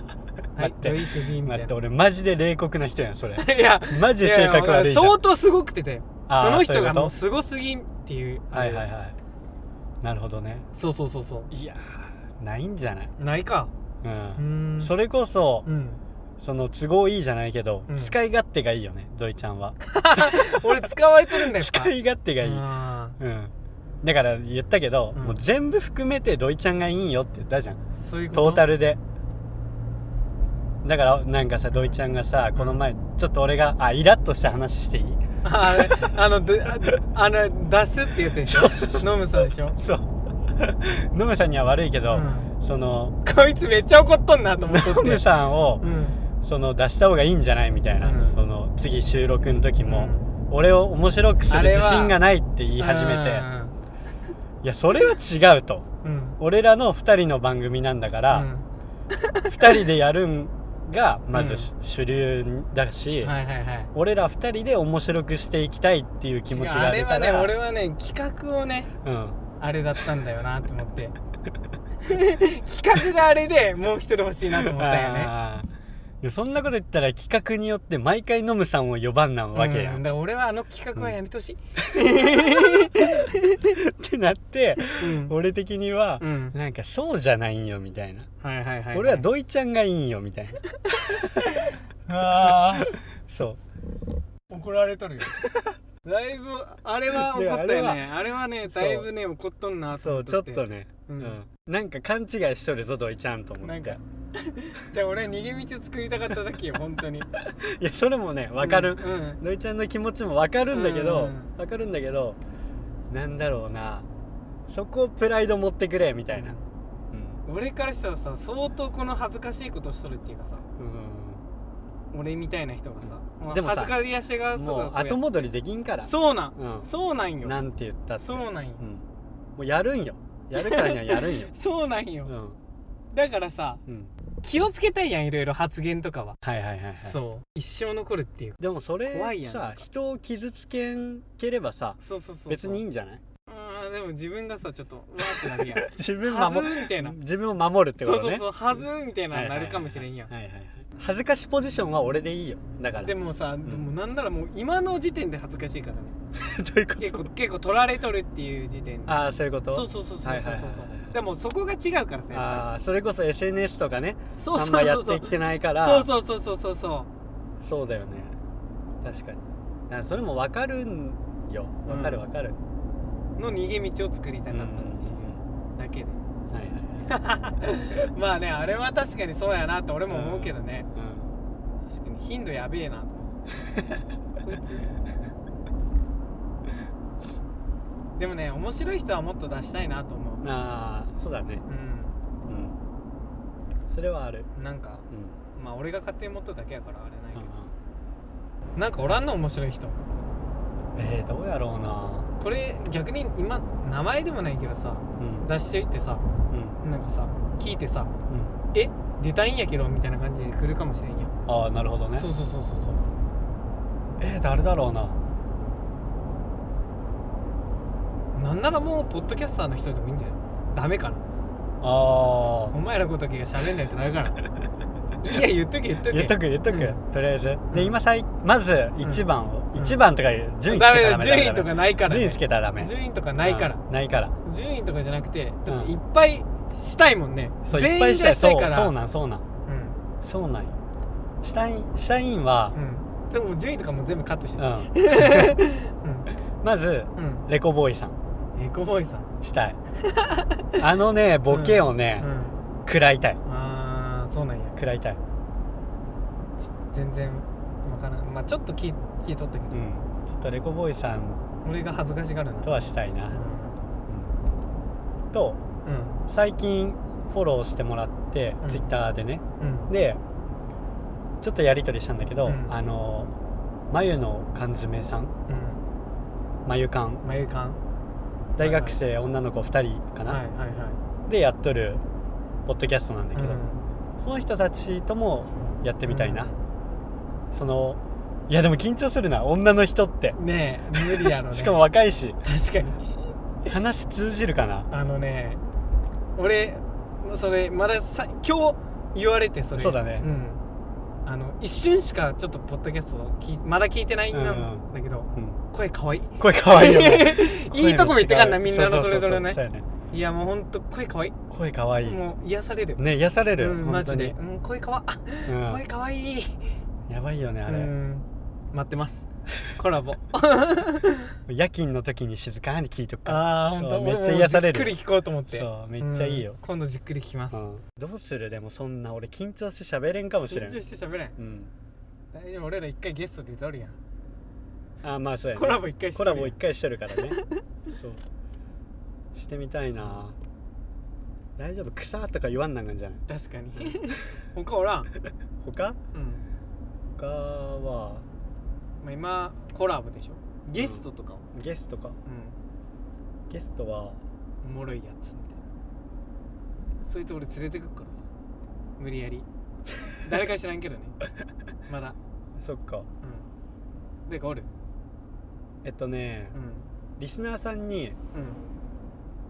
S2: な
S1: 待って
S2: はいクビみた
S1: 待
S2: い
S1: って
S2: な
S1: 俺マジで冷酷な人やんそ れ
S2: いや
S1: マジ性格悪いじゃん
S2: 相当すごくてだよ
S1: あ
S2: そ
S1: ー
S2: の人が
S1: そういうこと
S2: もうすごすぎんっていう
S1: はいはいはいなるほどね
S2: そうそうそうそ
S1: いやーないんじゃない、
S2: うないか
S1: う
S2: うー
S1: ん
S2: ん
S1: そ
S2: れ
S1: れこそ、
S2: うん
S1: その都合いいじゃないけど、
S2: うん
S1: 使い勝手がいいよねドイちゃんは
S2: 俺使われてるんだよ
S1: 使い勝手がいい
S2: あ
S1: うんだから言ったけど、
S2: うん
S1: もう全部含めてドイちゃんがいいよって言ったじゃん
S2: ーそういうこと
S1: トータルでだからなんかさドイちゃんがさこの前ちょっと俺があイラッとした話していい
S2: ああのでああの出すってやつで しょノムさんでしょ、
S1: そうノムさんには悪いけど、
S2: うん
S1: その
S2: こいつめっちゃ怒っとんなと思っとって
S1: ノムさんを
S2: うん
S1: その出した方がいいんじゃないみたいな、
S2: うん
S1: その次収録の時も、俺を面白くす
S2: あ
S1: る
S2: れは
S1: 自信がないって言い始めていやそれは違うと
S2: うんうん
S1: 俺らの2人の番組なんだから、二2人でやるんがまずし、主流だし、
S2: うんはいはいはい
S1: 俺ら2人で面白くしていきたいっていう気持ちがあるか
S2: 違うあれはね
S1: ら
S2: 俺はね企画をね
S1: うん
S2: あれだったんだよなと思って 企画があれでもう一人欲しいなと思ったよね
S1: あーでそんなこと言ったら企画によって毎回ノムさんを呼ばんなんわけやん、
S2: うん
S1: っ
S2: だから俺はあの企画はやめてほしい
S1: てなって
S2: うん、
S1: 俺的には
S2: う、ん
S1: なんかそうじゃないんよみたいな、
S2: はいはいはいい、
S1: 俺はドイちゃんがいいんよみたい なあーそう
S2: 怒られ とるよだいぶあれは怒ったよね
S1: い
S2: あれはねだいぶね怒っとんなと
S1: そ
S2: 思っ
S1: うちょ
S2: と
S1: ってとね、
S2: う
S1: うんんなんか勘違いしとるぞドイちゃんと思
S2: な
S1: っ
S2: ん
S1: て
S2: かじゃあ俺逃げ道作りたかっただけよ本当に
S1: いやそれもね わかる
S2: うん、うん
S1: ドイちゃんの気持ちもわかるんだけど
S2: うん
S1: わかるんだけどなんだろうなそこをプライド持ってくれみたいな、うん
S2: 俺からしたらさ相当この恥ずかしいことをしとるっていうかさ
S1: う
S2: 俺みたいな人がさ、
S1: でもさ
S2: 恥ずかりやしが
S1: ん、
S2: そ
S1: もう後戻りできんから
S2: そうなん、
S1: うん
S2: そうなんよ
S1: なんて言ったって
S2: そうなんよ、
S1: うん、もうやるんよやるからにはやるんよ
S2: そうなんよ、
S1: うん、
S2: だからさ
S1: うん、
S2: 気をつけたいやんいろいろ発言とかは、
S1: はいはいはい、はい、
S2: そう一生残るっていう
S1: でもそれ
S2: 怖いやんなん
S1: さ
S2: か
S1: 人を傷つけんければさ
S2: そうそうそうそう
S1: 別にいいんじゃない
S2: あーでも自分がさちょ っとうわーってなるやん
S1: 自分
S2: はず
S1: 守る
S2: ーみたいな、
S1: 自分を守るってこ
S2: そ
S1: と
S2: うそう
S1: ね
S2: そうはずーみたいななるかもしれんやん、
S1: はいはいはいはい恥ずかしポジションは俺でいいよだから
S2: で
S1: も
S2: もさ、
S1: ん
S2: でもなんならもう今の時点で恥ずかしいからね
S1: どういうこ
S2: 結構結構取られとるっていう時点で
S1: とああそういうこと
S2: そうそうそうそうそう
S1: はい
S2: そ
S1: は
S2: う
S1: いはいはい
S2: でもそこが違うからさやっぱ
S1: ああそれこそ SNS とかね
S2: りそう
S1: あ
S2: そ
S1: ん
S2: う
S1: ま
S2: そ
S1: や
S2: う
S1: ってきてないから
S2: そうそうそうそうそうそう
S1: そうだよね確かにだからそれも分かるんよ分かる分かる、
S2: の逃げ道を作りたかったっていうだけで、
S1: うんはいはいはい、
S2: まあねあれは確かにそうやなって俺も思うけどね、
S1: うん
S2: 確かに頻度やべ えなと思ってこいつでもね面白い人はもっと出したいなと思う
S1: ああそうだね
S2: う
S1: うんそれはある
S2: んなんか
S1: うん
S2: まあ俺が勝手に持っとるだけやからあれないけど
S1: う
S2: なんかおらんの面白い人
S1: んえー、どうやろうな
S2: これ逆に今名前でもないけどさ
S1: うん
S2: 出していってさ
S1: うん
S2: なんかさ聞いてさ
S1: うん
S2: 「え出たいんやけど」みたいな感じで来るかもしれんやん、
S1: ああなるほどね
S2: そうそうそうそうそう
S1: えー、誰だろうな
S2: なんならもうポッドキャスターの人でもいいんじゃないダメかな
S1: あ
S2: お
S1: あ
S2: 前らごときが喋んないってなるから いや言っとけ言っとけ
S1: 言っとく言っとく、
S2: う
S1: とりあえずで今さいまず1番を、
S2: ん
S1: 一1番とかいう順位つけた
S2: ダメ
S1: らダ
S2: だ
S1: メ
S2: よ順位とかないから、ね、
S1: 順位つけたらダメ
S2: 順位とかないから
S1: うんないから
S2: 順位とかじゃなくてだっ
S1: うん
S2: ていっぱいしたいもんね、
S1: そうい
S2: 全
S1: っぱい
S2: 員
S1: した
S2: が
S1: い
S2: したい
S1: そ
S2: か
S1: う
S2: ら
S1: そうなんそうなんそうなんよしたいしたいんは
S2: う、ん、うん、でも順位とかも全部カットして
S1: う
S2: た
S1: ん、
S2: うん
S1: まず
S2: うん
S1: レコボーイさん
S2: エコボーイさん
S1: した いあのねボケを
S2: う
S1: ね、
S2: ん
S1: 食らいたい
S2: あーそうなんや
S1: 食らいたい、
S2: 全然わからんまあちょっと聞い聞いとったけど
S1: う、ん、ちょっとレコボーイさん
S2: 俺が恥ずかしがるな
S1: とはしたいうな、
S2: ん
S1: うんと最近フォローしてもらって、
S2: うん
S1: Twitter でね
S2: うん
S1: でちょっとやり取りしたんだけど、
S2: うん
S1: あの眉の缶詰さん
S2: うん
S1: 眉缶
S2: 眉間
S1: 大学生女の子2人かな、
S2: はいはいはい
S1: でやっとるポッドキャストなんだけど、
S2: う
S1: その人たちともやってみたいな、
S2: う
S1: そのいやでも緊張するな女の人って、
S2: んねえ無理やろね
S1: しかも若いし
S2: 確かに
S1: 話通じるかな
S2: あのね俺それまださ今日言われてそれ
S1: そうだね
S2: うんあの一瞬しかちょっとポッドキャストを聞いまだ聞いてないん
S1: うん
S2: だけど、
S1: うん
S2: 声かわいい
S1: 声かわいいよ ね
S2: いいとこ見ってかんなみんなの
S1: う
S2: そうれ
S1: う
S2: ぞれ
S1: う
S2: ね
S1: そうやね
S2: いやもうほんと声かわい
S1: 声かわいい
S2: いもう癒される
S1: ね癒される、
S2: うん、マ
S1: 本当
S2: ジで、
S1: に、
S2: うん、声かわあ
S1: う
S2: 声かわいい、
S1: ん、やばいよねあ
S2: う
S1: れ、
S2: ん待っ てますコラボ
S1: 夜勤の時に静かに聞いとくから
S2: あーほん
S1: そ
S2: と
S1: うめっ
S2: 俺
S1: ちゃ
S2: も
S1: 癒される
S2: じっくり聞こうと思って
S1: そうめっちゃいいよ
S2: うん今度じっくり聞きます、
S1: うんどうするでもそんな俺緊張して喋れんかもしれん
S2: 集中して喋れん
S1: うん
S2: 大丈夫俺ら一回ゲストでとるやん
S1: あまあそうやね
S2: コラボ一回して
S1: コラボ一回してるからね そうしてみたいな大丈夫草とか言わんなんがんじゃない
S2: 確かに他おらん、
S1: 他
S2: うん
S1: 他は
S2: まあ、今コラボでしょゲストとかを、
S1: ゲストか
S2: う
S1: ゲストは
S2: ん、おもろいやつみたいなそいつ俺連れてくっからさ無理やり誰か知らんけどね まだ
S1: そっか
S2: うんでかおる
S1: えっとね
S2: うん
S1: リスナーさんに
S2: うん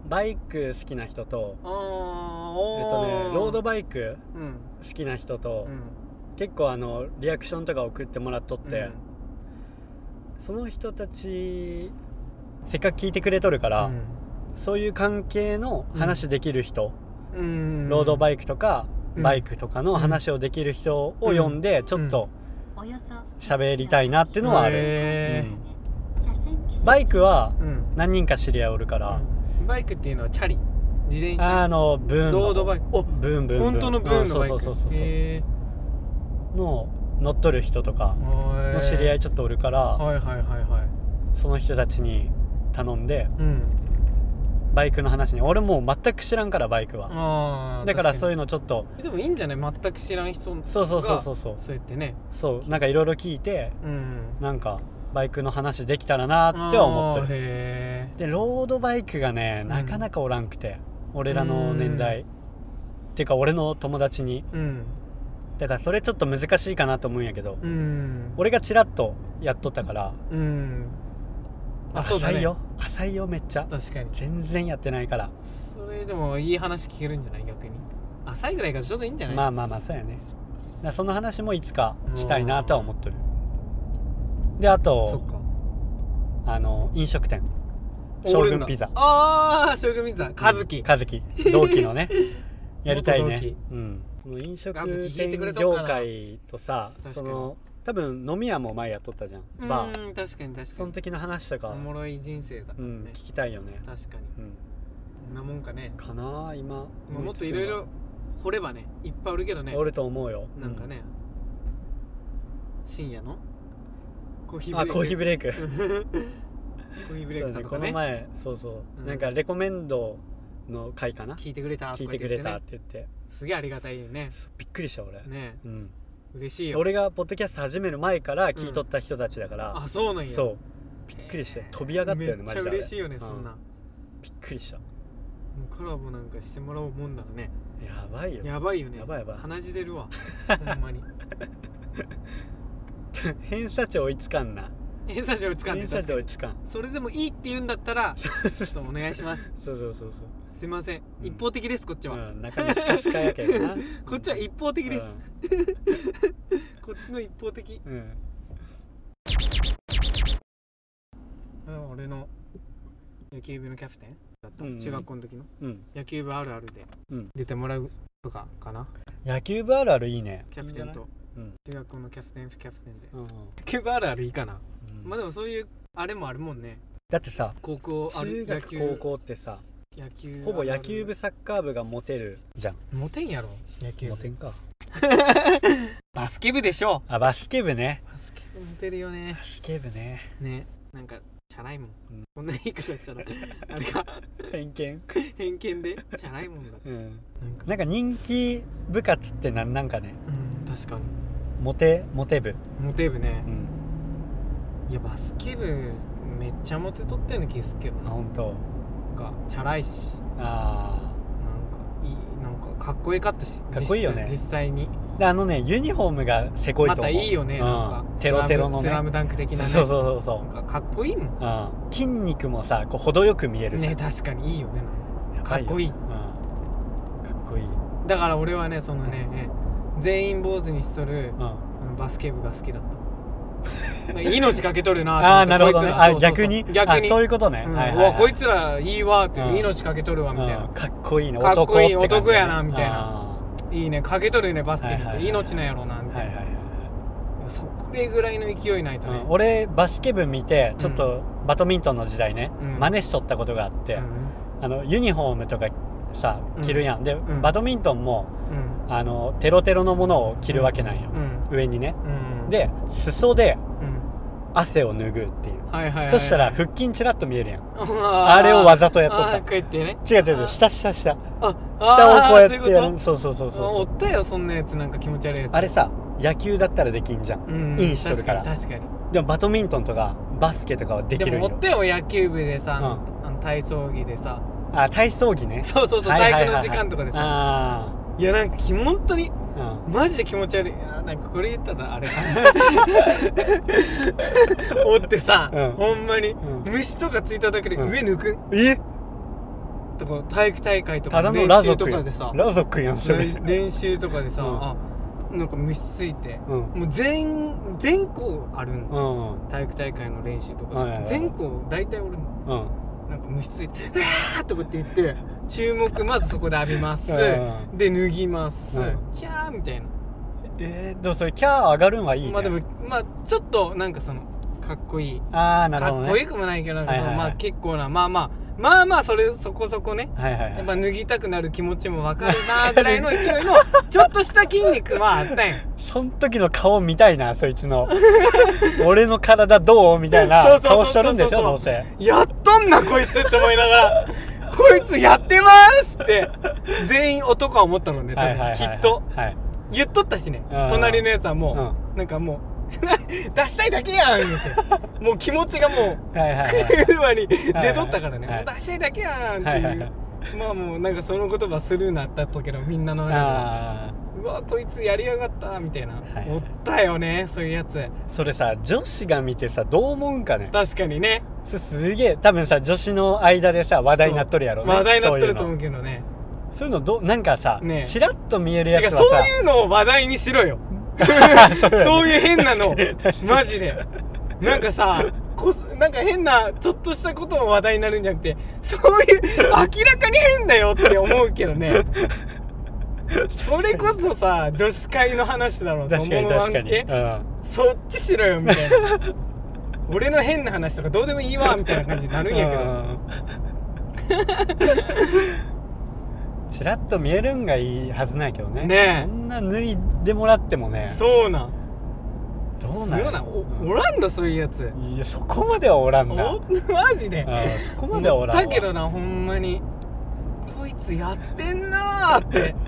S1: バイク好きな人と
S2: あー
S1: えっ
S2: お
S1: とねロード
S2: バ
S1: バイク
S2: うん
S1: 好きな人と、
S2: うん
S1: 結構あのリアクションとか送ってもらっとって、
S2: うん
S1: その人たちせっかく聞いてくれとるから、
S2: うん
S1: そういう関係の話できる人、
S2: うん
S1: ロード
S2: イ
S1: バイクとか、
S2: うん
S1: バイクとかの話をできる人を呼んで、ちょっと、
S3: およそ
S1: 喋りたいなっていうのはある
S2: へ
S3: 車線規制
S1: バイクは
S2: クうん
S1: 何人か知り合いおるから、
S2: バイクっていうのはチャリ自転車
S1: あのブーンの
S2: ロードバイクお
S1: ブーンブーンブーン
S2: 本当のブーンのバイク
S1: うんそうそうそうそうそう
S2: へー
S1: の乗っとる人とかの知り合いちょっとおるから、
S2: はいはいはいはい
S1: その人たちに頼んで
S2: うん
S1: バイクの話に俺もう全く知らんからバイクは、
S2: ああ
S1: だからそういう
S2: う
S1: のちょっと
S2: でもいいんじゃない全く知らん人
S1: そうそうそうそうそう
S2: そうやってね
S1: そうなんかいろいろ聞いて
S2: うん
S1: なんかバイクの話できたらなっては思って
S2: る
S1: る
S2: へえ
S1: でロードバイクがねなかなかおらんくて、俺らの年代っていうか俺の友達に
S2: うん
S1: だからそれちょっと難しいかなと思うんやけど、
S2: うん
S1: 俺がチラッとやっとったから
S2: うんあそうだ
S1: 浅
S2: ね
S1: いよ浅いよめっちゃ
S2: 確かに
S1: 全然やってないから
S2: それでもいい話聞けるんじゃない逆に浅いぐらいがちょうどいいんじゃない
S1: まあまあまあそうやねだからその話もいつかしたいなとは思っとるであ
S2: そ
S1: と
S2: っか
S1: あの飲食店将
S2: 俺
S1: 軍
S2: の
S1: ピザ
S2: ああ将軍ピザ和樹
S1: 和樹同期 のねやりたい
S2: 元同
S1: ね
S2: 期
S1: うんこの飲食
S2: 和樹聞いてくれ
S1: 店
S2: とん
S1: 業
S2: かな
S1: 界とさ
S2: 確かに
S1: その多分飲み屋も前やっとったじゃ
S2: うん
S1: バー
S2: ん確かに確
S1: そ
S2: か
S1: の
S2: に
S1: 時の話とか
S2: おもろい人生だ
S1: う
S2: ね
S1: ん聞きたいよね
S2: 確かに
S1: うん
S2: こんなもんかね
S1: かなあ今
S2: まあもっといろいろ掘ればねいっぱいおるけどね
S1: おると思うよ
S2: なんかね、深夜のコ
S1: う
S2: ーヒ
S1: ん
S2: ーブ
S1: あ
S2: レイ
S1: コーヒーブレイク
S2: コーヒーブレイクさんと
S1: そ
S2: か
S1: うねこの
S2: ね
S1: 前そうそう、
S2: うん
S1: なんかレコメンドの回かな
S2: 聞いてくれた
S1: 聞
S2: と
S1: い
S2: か
S1: て
S2: 言
S1: くれ
S2: って
S1: たっ
S2: ね
S1: て言って
S2: すげえありがたいよね
S1: そうびっくりした俺、
S2: ね
S1: うん、
S2: 嬉しいよ
S1: 俺がポッドキャスト始める前から聞いとった人たちだから
S2: あ、そうなんや
S1: そうびっくりして飛び上がったよね
S2: めっ
S1: マ
S2: ち
S1: ジ
S2: ゃ
S1: であれ
S2: 嬉しいよね
S1: うん
S2: そんなも
S1: びっくりした
S2: うコラボなんかしてもらおうもんだらね
S1: やばいよ
S2: やばいよね
S1: やばいやばい
S2: 鼻血 出るわほんまに
S1: 偏差値追いつかんな
S2: 偏差値をつかんで
S1: 偏差
S2: 確
S1: 値
S2: か
S1: 追
S2: に
S1: いつかん
S2: それでもいいって言うんだったらちょっとお願いします
S1: そうそうそうそう
S2: すいません
S1: うん
S2: 一方的ですこっちは、
S1: うん、中身スカスカやけどな
S2: こっちは一方的です、
S1: う
S2: こっちの一方
S1: ん
S2: 的
S1: うん
S2: うん俺の野球部のキャプテンだった、
S1: うん
S2: 中学校の時の
S1: うん
S2: 野球部あるあるで
S1: うん
S2: 出てもらうとかかな、
S1: 野球部あるあるいいね
S2: キャプテンと
S1: いいん
S2: 中学校のキャプテン副キャプテンで
S1: じゃない
S2: 野球部あるあるいいかな、
S1: うんうん
S2: まあでもそういうあれもあるもんね
S1: だってさ
S2: 高校あ
S1: 中
S2: る
S1: 学高校ってさ
S2: 野球
S1: ほぼ
S2: ある
S1: 野
S2: ある
S1: 球部サッカー部がモテるじゃん
S2: モテんやろ野球
S1: モ
S2: 部
S1: テんか
S2: バスケ部でしょ
S1: あバスケ部ね
S2: バスケ部モテるよね
S1: バスケ部ね
S2: ねなんかチャラいもん、
S1: うん
S2: こんな言い方したらあれか
S1: 偏見
S2: 偏見でチャラいもんだって
S1: うん
S2: なんか、
S1: なんか人気部活ってななんかね
S2: うん、確かに
S1: モテモテ部
S2: モテ部ね
S1: うん
S2: いやバスケ部めっちゃモテとったような気すっけど
S1: あ
S2: な
S1: 本当
S2: なんかチャラいし
S1: あ
S2: なんかいいなんかかっこいいかったし
S1: かっこいいよね
S2: 実際に
S1: ーであのねユニフォームがせこいと
S2: ま
S1: 思う
S2: たいいよね、
S1: うん
S2: なんか
S1: テロテロの
S2: スラ
S1: ね
S2: ムスラムダンク的なね
S1: そうそうそうそう
S2: なんかかっこいいもん
S1: うん筋肉もさこう程よく見えるじゃん
S2: ね確かにいいよね
S1: やば
S2: かっこいい
S1: うんかっこいいうん
S2: だから俺はねそのねね全員坊主にしとるあのバスケ部が好き だったなんか命かけとるな
S1: ああ
S2: と
S1: な
S2: 思
S1: る
S2: って
S1: ほどね
S2: こいつら
S1: あ
S2: そうそうそ
S1: 逆
S2: う
S1: に
S2: 逆に
S1: あそういうことね
S2: うん
S1: はいうはいは
S2: わ
S1: い
S2: こいつらいいわっていう
S1: うん
S2: 命かけとるわみたい
S1: うん
S2: な
S1: かっこいいね
S2: かっこいい
S1: 男って感じ
S2: 男やなみたい
S1: あ
S2: いいねかけとるよねバスケ部
S1: はい
S2: っ
S1: はいは
S2: て
S1: い
S2: 命なんやろな
S1: ー
S2: み
S1: は
S2: た
S1: い
S2: い
S1: はい
S2: な
S1: はい
S2: それぐらいの勢いないと
S1: はい、
S2: ね
S1: うん俺バスケ部見てちょっとバドミントンの時代ね、
S2: うん
S1: 真似しとったことがあって、
S2: うん
S1: あのユニフォームとかさ着るやん、で、
S2: ん
S1: バドミントンもあのテロテロのものを着るわけなんよ
S2: う、ん
S1: 上にね
S2: うんうん
S1: で裾で
S2: うん
S1: 汗を拭うっていう、
S2: はいはいはい
S1: そ したら腹筋チラッと見えるやん、
S2: あ
S1: あれをわざとやっと
S2: あ
S1: っ
S2: ーこうやってね
S1: た違う違う違
S2: あ
S1: う下下下
S2: あ
S1: 下をこうやって
S2: あーそうい
S1: や
S2: う
S1: る
S2: こ
S1: そうそうそう
S2: と
S1: そう
S2: あお
S1: そう
S2: ったよそんなやつなんか気持ち悪いやつ
S1: あれさ野球だったらできんじゃん
S2: うん
S1: インしとるから
S2: 確かに確か
S1: でもバドミントンとかバスケとかはでき
S2: にで
S1: るん
S2: もお
S1: よ
S2: ったよ野球部でさあの体操着でさ
S1: あ体操着ね
S2: そうそうそう
S1: はいはいは
S2: 体
S1: い
S2: 育
S1: はい
S2: の時間とかでさ
S1: あ
S2: いやなんかき本当に
S1: あ
S2: マジで気持ち悪いあーなんかこれ言っ たらあれかなおってさ
S1: うん
S2: ほんまに
S1: うん、
S2: 虫とかついただけで
S1: うん
S2: 上抜く
S1: うん、え
S2: とか体育大会と
S1: た
S2: か
S1: だの
S2: 練
S1: ラ
S2: 習と
S1: 族や
S2: か
S1: ん
S2: でさ
S1: ラ族やんそれ
S2: 練練習とかでさ、
S1: うん
S2: あなんか虫ついて
S1: うん
S2: もう全全校あるん
S1: うんうん
S2: 体育大会の練習とか、
S1: はいはいはい
S2: 全校大体俺も
S1: うん
S2: なんか虫ついて「うわー!」とかって言って注目まずそこで浴びます、
S1: うん
S2: で脱ぎます、
S1: うん
S2: キャーみたいな
S1: えー、でもそれキャー上がるんはいいね
S2: まあでもまあちょっとなんかそのかっこいい、
S1: ああなるほ
S2: か
S1: ど
S2: っ
S1: ね
S2: こよくもないけどなんかその、
S1: はいはいはい
S2: まあ結構なまあまあまあまあそれそこそこね
S1: はいはいは
S2: や
S1: い
S2: っぱ脱ぎたくなる気持ちもわかるなーぐらい の勢いのちょっとした筋肉はあったんや
S1: そん時の顔見たいなそいつ の俺の体どうみたい
S2: そ
S1: な
S2: うそうそうそう
S1: 顔しとるんでしょどうせ
S2: やっとんなこいつって思いなが らこいつやってますって全員男は思ったのね多分、
S1: はいはいはい
S2: きっと
S1: はい
S2: 言っとったしね
S1: うん
S2: 隣のやつは
S1: うん
S2: も
S1: は
S2: う、なんかもう 出したいだけやん言う てもう気持ちがもう
S1: いはいはい
S2: 9割出とったからね、
S1: はい
S2: もう出したいだけやんって、
S1: はいいうはいはい
S2: まあもうなんかその言葉スルーなったとけどみんなの中
S1: あ
S2: でうわこいつやりやがったみたいな、
S1: いはい
S2: おったよねそういうやつ
S1: ーそれさ女子が見てさどう思うんかね
S2: 確かにね
S1: そすげえ多分さ女子の間でさ話題になっとるやろね
S2: 話題になっとると
S1: そういう
S2: 思
S1: の
S2: うけどね
S1: そういうのどうなんかさ、
S2: ねえ
S1: チラッと見えるや
S2: てか
S1: つ
S2: そう
S1: はさ
S2: いうのを話題にしろ よそういう変なの
S1: 確かに確かに
S2: マジでなんかさこすなんか変なちょっとしたことも話題になるんじゃなくてそういう明らかに変だよって思うけどねそれこそさ女子会の話だろうと
S1: 確か
S2: 思
S1: に
S2: う
S1: 確か
S2: わん
S1: に、
S2: け
S1: うん、
S2: そっちしろよみたいな俺の変な話とかどうでもいいわみたいな感じになるんやけど
S1: うん チラッと見えるんがいいはずないけどね
S2: ねえ
S1: そんな脱いでもらってもね
S2: そうなん
S1: どうなん
S2: すごいなおおらんだそういうやつ
S1: いやそこまではおらんな
S2: おマジで
S1: あそこまではおらんわ
S2: だけどなほんまにこいつやってんなーって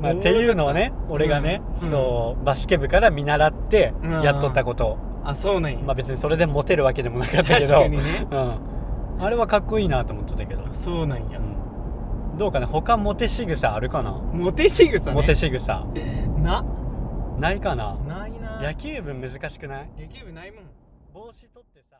S1: まあ、っていうのをね俺がね、
S2: うん
S1: そうバスケ部から見習って
S2: うん
S1: やっとったこと、
S2: あそうなんや、
S1: まあ別にそれでモテるわけでもなかったけど
S2: 確かにね
S1: うん、あれはかっこいいなと思ってたけど、
S2: そうなん
S1: う
S2: や
S1: んどうかね他モテ仕草あるかな、
S2: モテ仕草ね
S1: モテ仕草
S2: な
S1: ないかな
S2: ないな
S1: 野球部難しくない
S2: 野球部ないもん
S1: 帽子取ってさ